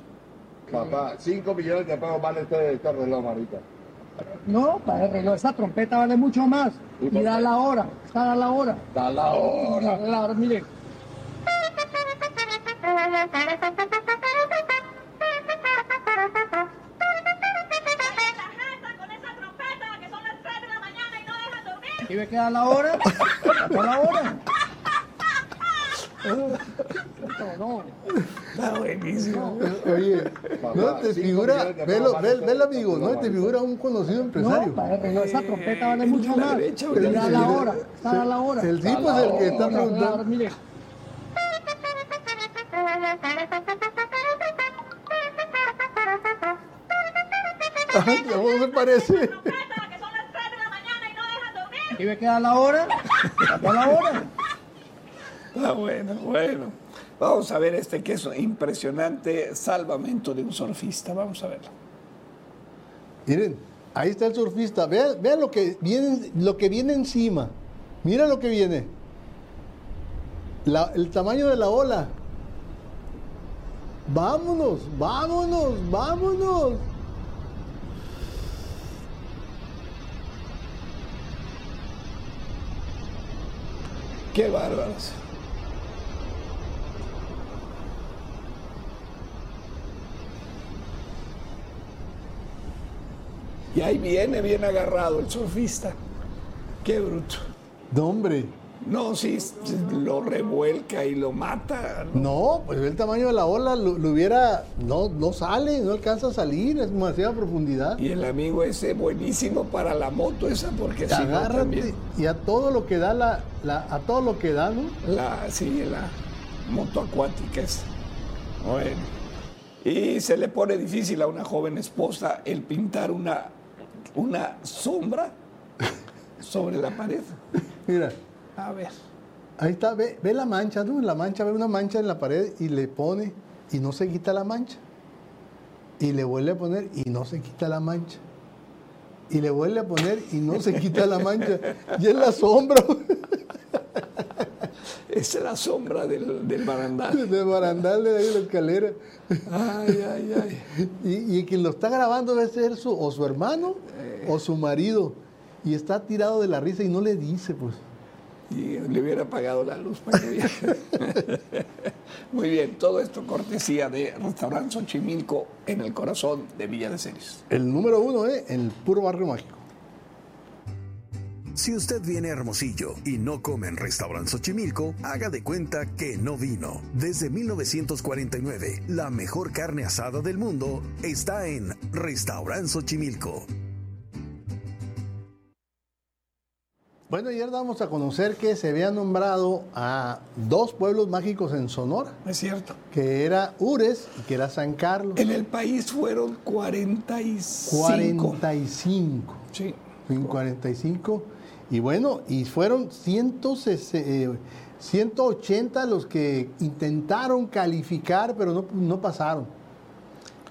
[SPEAKER 7] Papá, 5 millones de pesos vale este, este reloj, Marita.
[SPEAKER 6] No, para el reloj, esa trompeta vale mucho más.
[SPEAKER 7] ¿Y
[SPEAKER 6] Y
[SPEAKER 7] por
[SPEAKER 6] da
[SPEAKER 7] qué?
[SPEAKER 6] la hora, esta da la hora.
[SPEAKER 7] Da la hora.
[SPEAKER 6] Da la hora, mire. ¿Y ve que da la hora? Da la hora. No,
[SPEAKER 2] Está buenísimo.
[SPEAKER 6] Eh,
[SPEAKER 3] Oye, no
[SPEAKER 7] Papá,
[SPEAKER 3] te
[SPEAKER 7] cinco
[SPEAKER 3] figura,
[SPEAKER 7] millones de
[SPEAKER 3] velo,
[SPEAKER 7] pesos
[SPEAKER 3] ve-
[SPEAKER 7] vale
[SPEAKER 3] velo,
[SPEAKER 7] todo
[SPEAKER 3] amigo, no
[SPEAKER 7] esto, no,
[SPEAKER 3] te
[SPEAKER 7] Marita.
[SPEAKER 3] figura un conocido
[SPEAKER 6] no,
[SPEAKER 3] empresario.
[SPEAKER 6] para el reloj, esa trompeta vale mucho
[SPEAKER 2] la
[SPEAKER 6] más.
[SPEAKER 2] derecha,
[SPEAKER 6] Y da la
[SPEAKER 2] mira.
[SPEAKER 6] hora, esta da la hora.
[SPEAKER 3] El tipo es el que está
[SPEAKER 6] Da la hora,
[SPEAKER 3] preguntando.
[SPEAKER 6] mire.
[SPEAKER 3] Ay, ¿Cómo se parece?
[SPEAKER 6] ¿Y ve que da la hora? Da la
[SPEAKER 2] [LAUGHS]
[SPEAKER 6] hora.
[SPEAKER 2] Está Ah, bueno, bueno. Vamos a ver este que es impresionante salvamento de un surfista. Vamos a verlo.
[SPEAKER 3] Miren, ahí está el surfista. Vean, vean lo, que viene, lo que viene encima. Mira lo que viene. La- el tamaño de la ola. Vámonos, vámonos, vámonos.
[SPEAKER 2] Qué bárbaros. Y ahí viene bien agarrado el surfista. Qué bruto.
[SPEAKER 3] No, hombre.
[SPEAKER 2] No, sí, s- lo revuelca y lo mata.
[SPEAKER 3] No, pues el tamaño de la ola lo, lo hubiera. No, no sale, no alcanza a salir, es demasiada profundidad.
[SPEAKER 2] Y el amigo ese buenísimo para la moto esa, porque si no
[SPEAKER 3] Agárrate
[SPEAKER 2] también.
[SPEAKER 3] y a todo lo que da la, la- a todo lo que da, ¿no?
[SPEAKER 2] La, sí, la moto acuática es. Bueno. Y se le pone difícil a una joven esposa el pintar una, una sombra sobre la pared.
[SPEAKER 3] Mira,
[SPEAKER 2] A ver.
[SPEAKER 3] ahí está, ve, ve la mancha, ¿no? La mancha, ve una mancha en la pared y le pone y no se quita la mancha. Y le vuelve a poner y no se quita la mancha. Y le vuelve a poner y no se quita la mancha. Y es la sombra
[SPEAKER 2] Esa es la sombra del, del barandal.
[SPEAKER 3] de barandal de ahí de la escalera.
[SPEAKER 2] Ay, ay, ay.
[SPEAKER 3] Y, y quien lo está grabando debe ser su, o su hermano o su marido. Y está tirado de la risa y no le dice, pues.
[SPEAKER 2] Y le hubiera apagado la luz para que viera. [LAUGHS] Muy bien, todo esto cortesía de Restaurante Xochimilco en el corazón de Villa de Ceres.
[SPEAKER 3] El número uno, ¿eh? El puro barrio mágico.
[SPEAKER 5] Si usted viene a Hermosillo y no come en Restaurant Xochimilco, haga de cuenta que no vino. Desde 1949, la mejor carne asada del mundo está en Restaurant Xochimilco.
[SPEAKER 3] Bueno, ayer damos a conocer que se había nombrado a dos pueblos mágicos en Sonora,
[SPEAKER 2] Es cierto.
[SPEAKER 3] que era Ures y que era San Carlos.
[SPEAKER 2] En el país fueron 45.
[SPEAKER 3] 45.
[SPEAKER 2] Sí.
[SPEAKER 3] En 45. Y bueno, y fueron 160, eh, 180 los que intentaron calificar, pero no, no pasaron.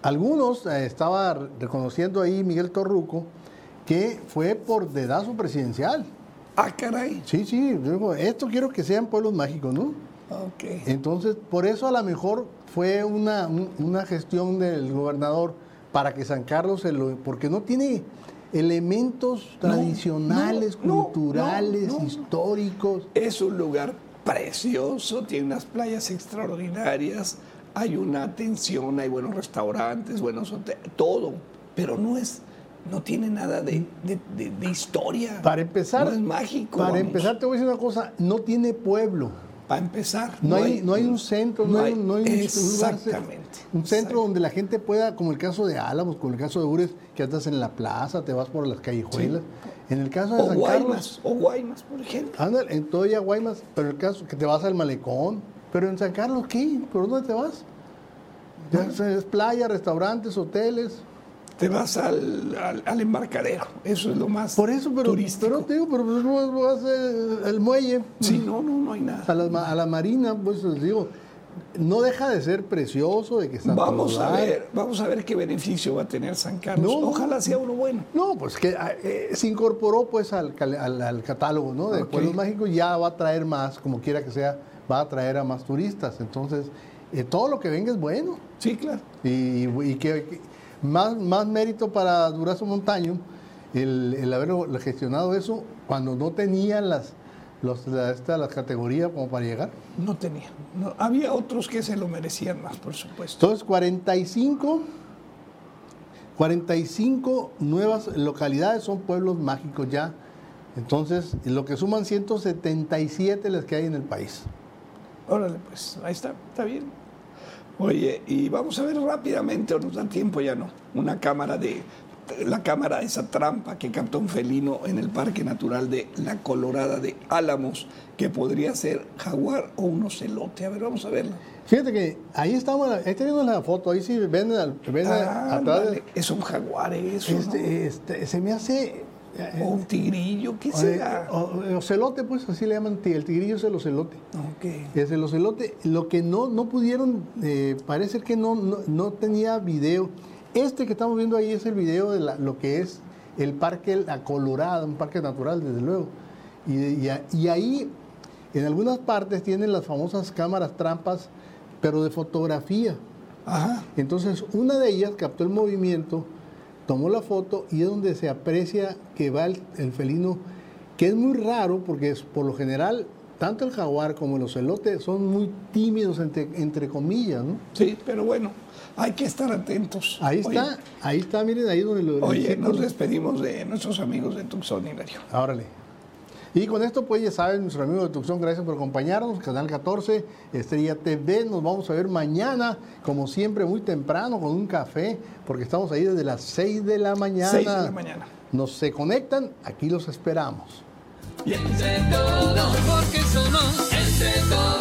[SPEAKER 3] Algunos, eh, estaba reconociendo ahí Miguel Torruco, que fue por dedazo presidencial.
[SPEAKER 2] Ah, caray.
[SPEAKER 3] Sí, sí, digo, esto quiero que sean pueblos mágicos, ¿no?
[SPEAKER 2] Ok.
[SPEAKER 3] Entonces, por eso a lo mejor fue una, un- una gestión del gobernador para que San Carlos se lo... Porque no tiene elementos tradicionales,
[SPEAKER 2] no, no,
[SPEAKER 3] culturales,
[SPEAKER 2] no, no.
[SPEAKER 3] históricos.
[SPEAKER 2] Es un lugar precioso, tiene unas playas extraordinarias, hay una atención, hay buenos restaurantes, buenos hoteles, todo, pero no es, no tiene nada de, de- de- de historia.
[SPEAKER 3] Para empezar,
[SPEAKER 2] no es mágico.
[SPEAKER 3] para
[SPEAKER 2] vamos.
[SPEAKER 3] empezar te voy a decir una cosa, no tiene pueblo.
[SPEAKER 2] para empezar,
[SPEAKER 3] No, hay, no hay un centro, no, hay, un- no hay un- un lugar-
[SPEAKER 2] exactamente,
[SPEAKER 3] un centro donde la gente pueda, como el caso de Álamos, como el caso de Ures, que andas en la plaza, te vas por las callejuelas. En el caso de
[SPEAKER 2] o
[SPEAKER 3] San Carlos,
[SPEAKER 2] Guaymas, o Guaymas, por ejemplo.
[SPEAKER 3] Ándale, en todavía Guaymas, pero el caso que te vas al malecón, pero en San Carlos, ¿qué? ¿Por dónde te vas? Ya es playa, restaurantes, hoteles.
[SPEAKER 2] Te vas al, al- al embarcadero, eso es lo más
[SPEAKER 3] Por eso, pero,
[SPEAKER 2] turístico.
[SPEAKER 3] pero te digo, pero pues, no vas, eh, al muelle,
[SPEAKER 2] Sí, no, no, no hay nada.
[SPEAKER 3] a la, ma- a la marina, pues les digo, no deja de ser precioso, de que está
[SPEAKER 2] Vamos a
[SPEAKER 3] todo dar.
[SPEAKER 2] ver, vamos a ver qué beneficio va a tener San Carlos.
[SPEAKER 3] No, no.
[SPEAKER 2] Ojalá sea uno bueno.
[SPEAKER 3] No, pues que ah, eh, se incorporó pues al, cal- al- al catálogo ¿no? de
[SPEAKER 2] Ok.
[SPEAKER 3] pueblos mágicos, ya va a traer más, como quiera que sea, va a traer a más turistas. Entonces, eh, todo lo que venga es bueno.
[SPEAKER 2] Sí, claro.
[SPEAKER 3] Y, y que, que- más, más mérito para Durazo Montaño el, el haber gestionado eso cuando no tenían las, los, la- esta- las categorías como para llegar.
[SPEAKER 2] No tenía. No, había otros que se lo merecían más, por supuesto.
[SPEAKER 3] Entonces, 45, 45 nuevas localidades son pueblos mágicos ya. Entonces, lo que suman 177 las que hay en el país.
[SPEAKER 2] Órale, pues, ahí está, está bien. Oye, y vamos a ver rápidamente, o nos da tiempo ya no, una cámara de la cámara de esa trampa que captó un felino en el Parque Natural de La Colorada de Álamos, que podría ser jaguar o un ocelote. A ver, vamos a verla.
[SPEAKER 3] Fíjate que ahí estamos, ahí tenemos la foto, ahí sí ven, al- ven
[SPEAKER 2] Ah,
[SPEAKER 3] atrás.
[SPEAKER 2] ándale, Es un jaguar eso, ¿no?
[SPEAKER 3] Este, este, se me hace...
[SPEAKER 2] O un tigrillo, ¿qué
[SPEAKER 3] Oye,
[SPEAKER 2] será?
[SPEAKER 3] o- ocelote, pues así le llaman, ti- el tigrillo es el ocelote.
[SPEAKER 2] Ok.
[SPEAKER 3] Es el ocelote. Lo que no, no pudieron, eh, parece que no, no, no tenía video. Este que estamos viendo ahí es el video de la- lo que es el parque La Colorada, un parque natural, desde luego. Y, de- y a- y ahí, en algunas partes, tienen las famosas cámaras trampas, pero de fotografía.
[SPEAKER 2] Ajá.
[SPEAKER 3] Entonces, una de ellas captó el movimiento, tomó la foto y es donde se aprecia que va el, el felino, que es muy raro porque es, por lo general, tanto el jaguar como el ocelote son muy tímidos, entre, entre comillas, ¿no?
[SPEAKER 2] Sí, pero bueno, hay que estar atentos.
[SPEAKER 3] Ahí
[SPEAKER 2] Oye,
[SPEAKER 3] está, ahí está, miren, ahí donde lo...
[SPEAKER 2] Oye,
[SPEAKER 3] sí, pues.
[SPEAKER 2] nos
[SPEAKER 3] por-
[SPEAKER 2] despedimos de nuestros amigos de Tucson, Hilario.
[SPEAKER 3] Ah, Órale. Y con esto, pues ya saben, nuestro amigo de Tucson, gracias por acompañarnos. Canal 14, Estrella TV. Nos vamos a ver mañana, como siempre, muy temprano, con un café, porque estamos ahí desde las 6 de la mañana.
[SPEAKER 2] Seis de la mañana.
[SPEAKER 3] Nos se conectan, aquí los esperamos.
[SPEAKER 1] Y entre todos, porque somos entre todos.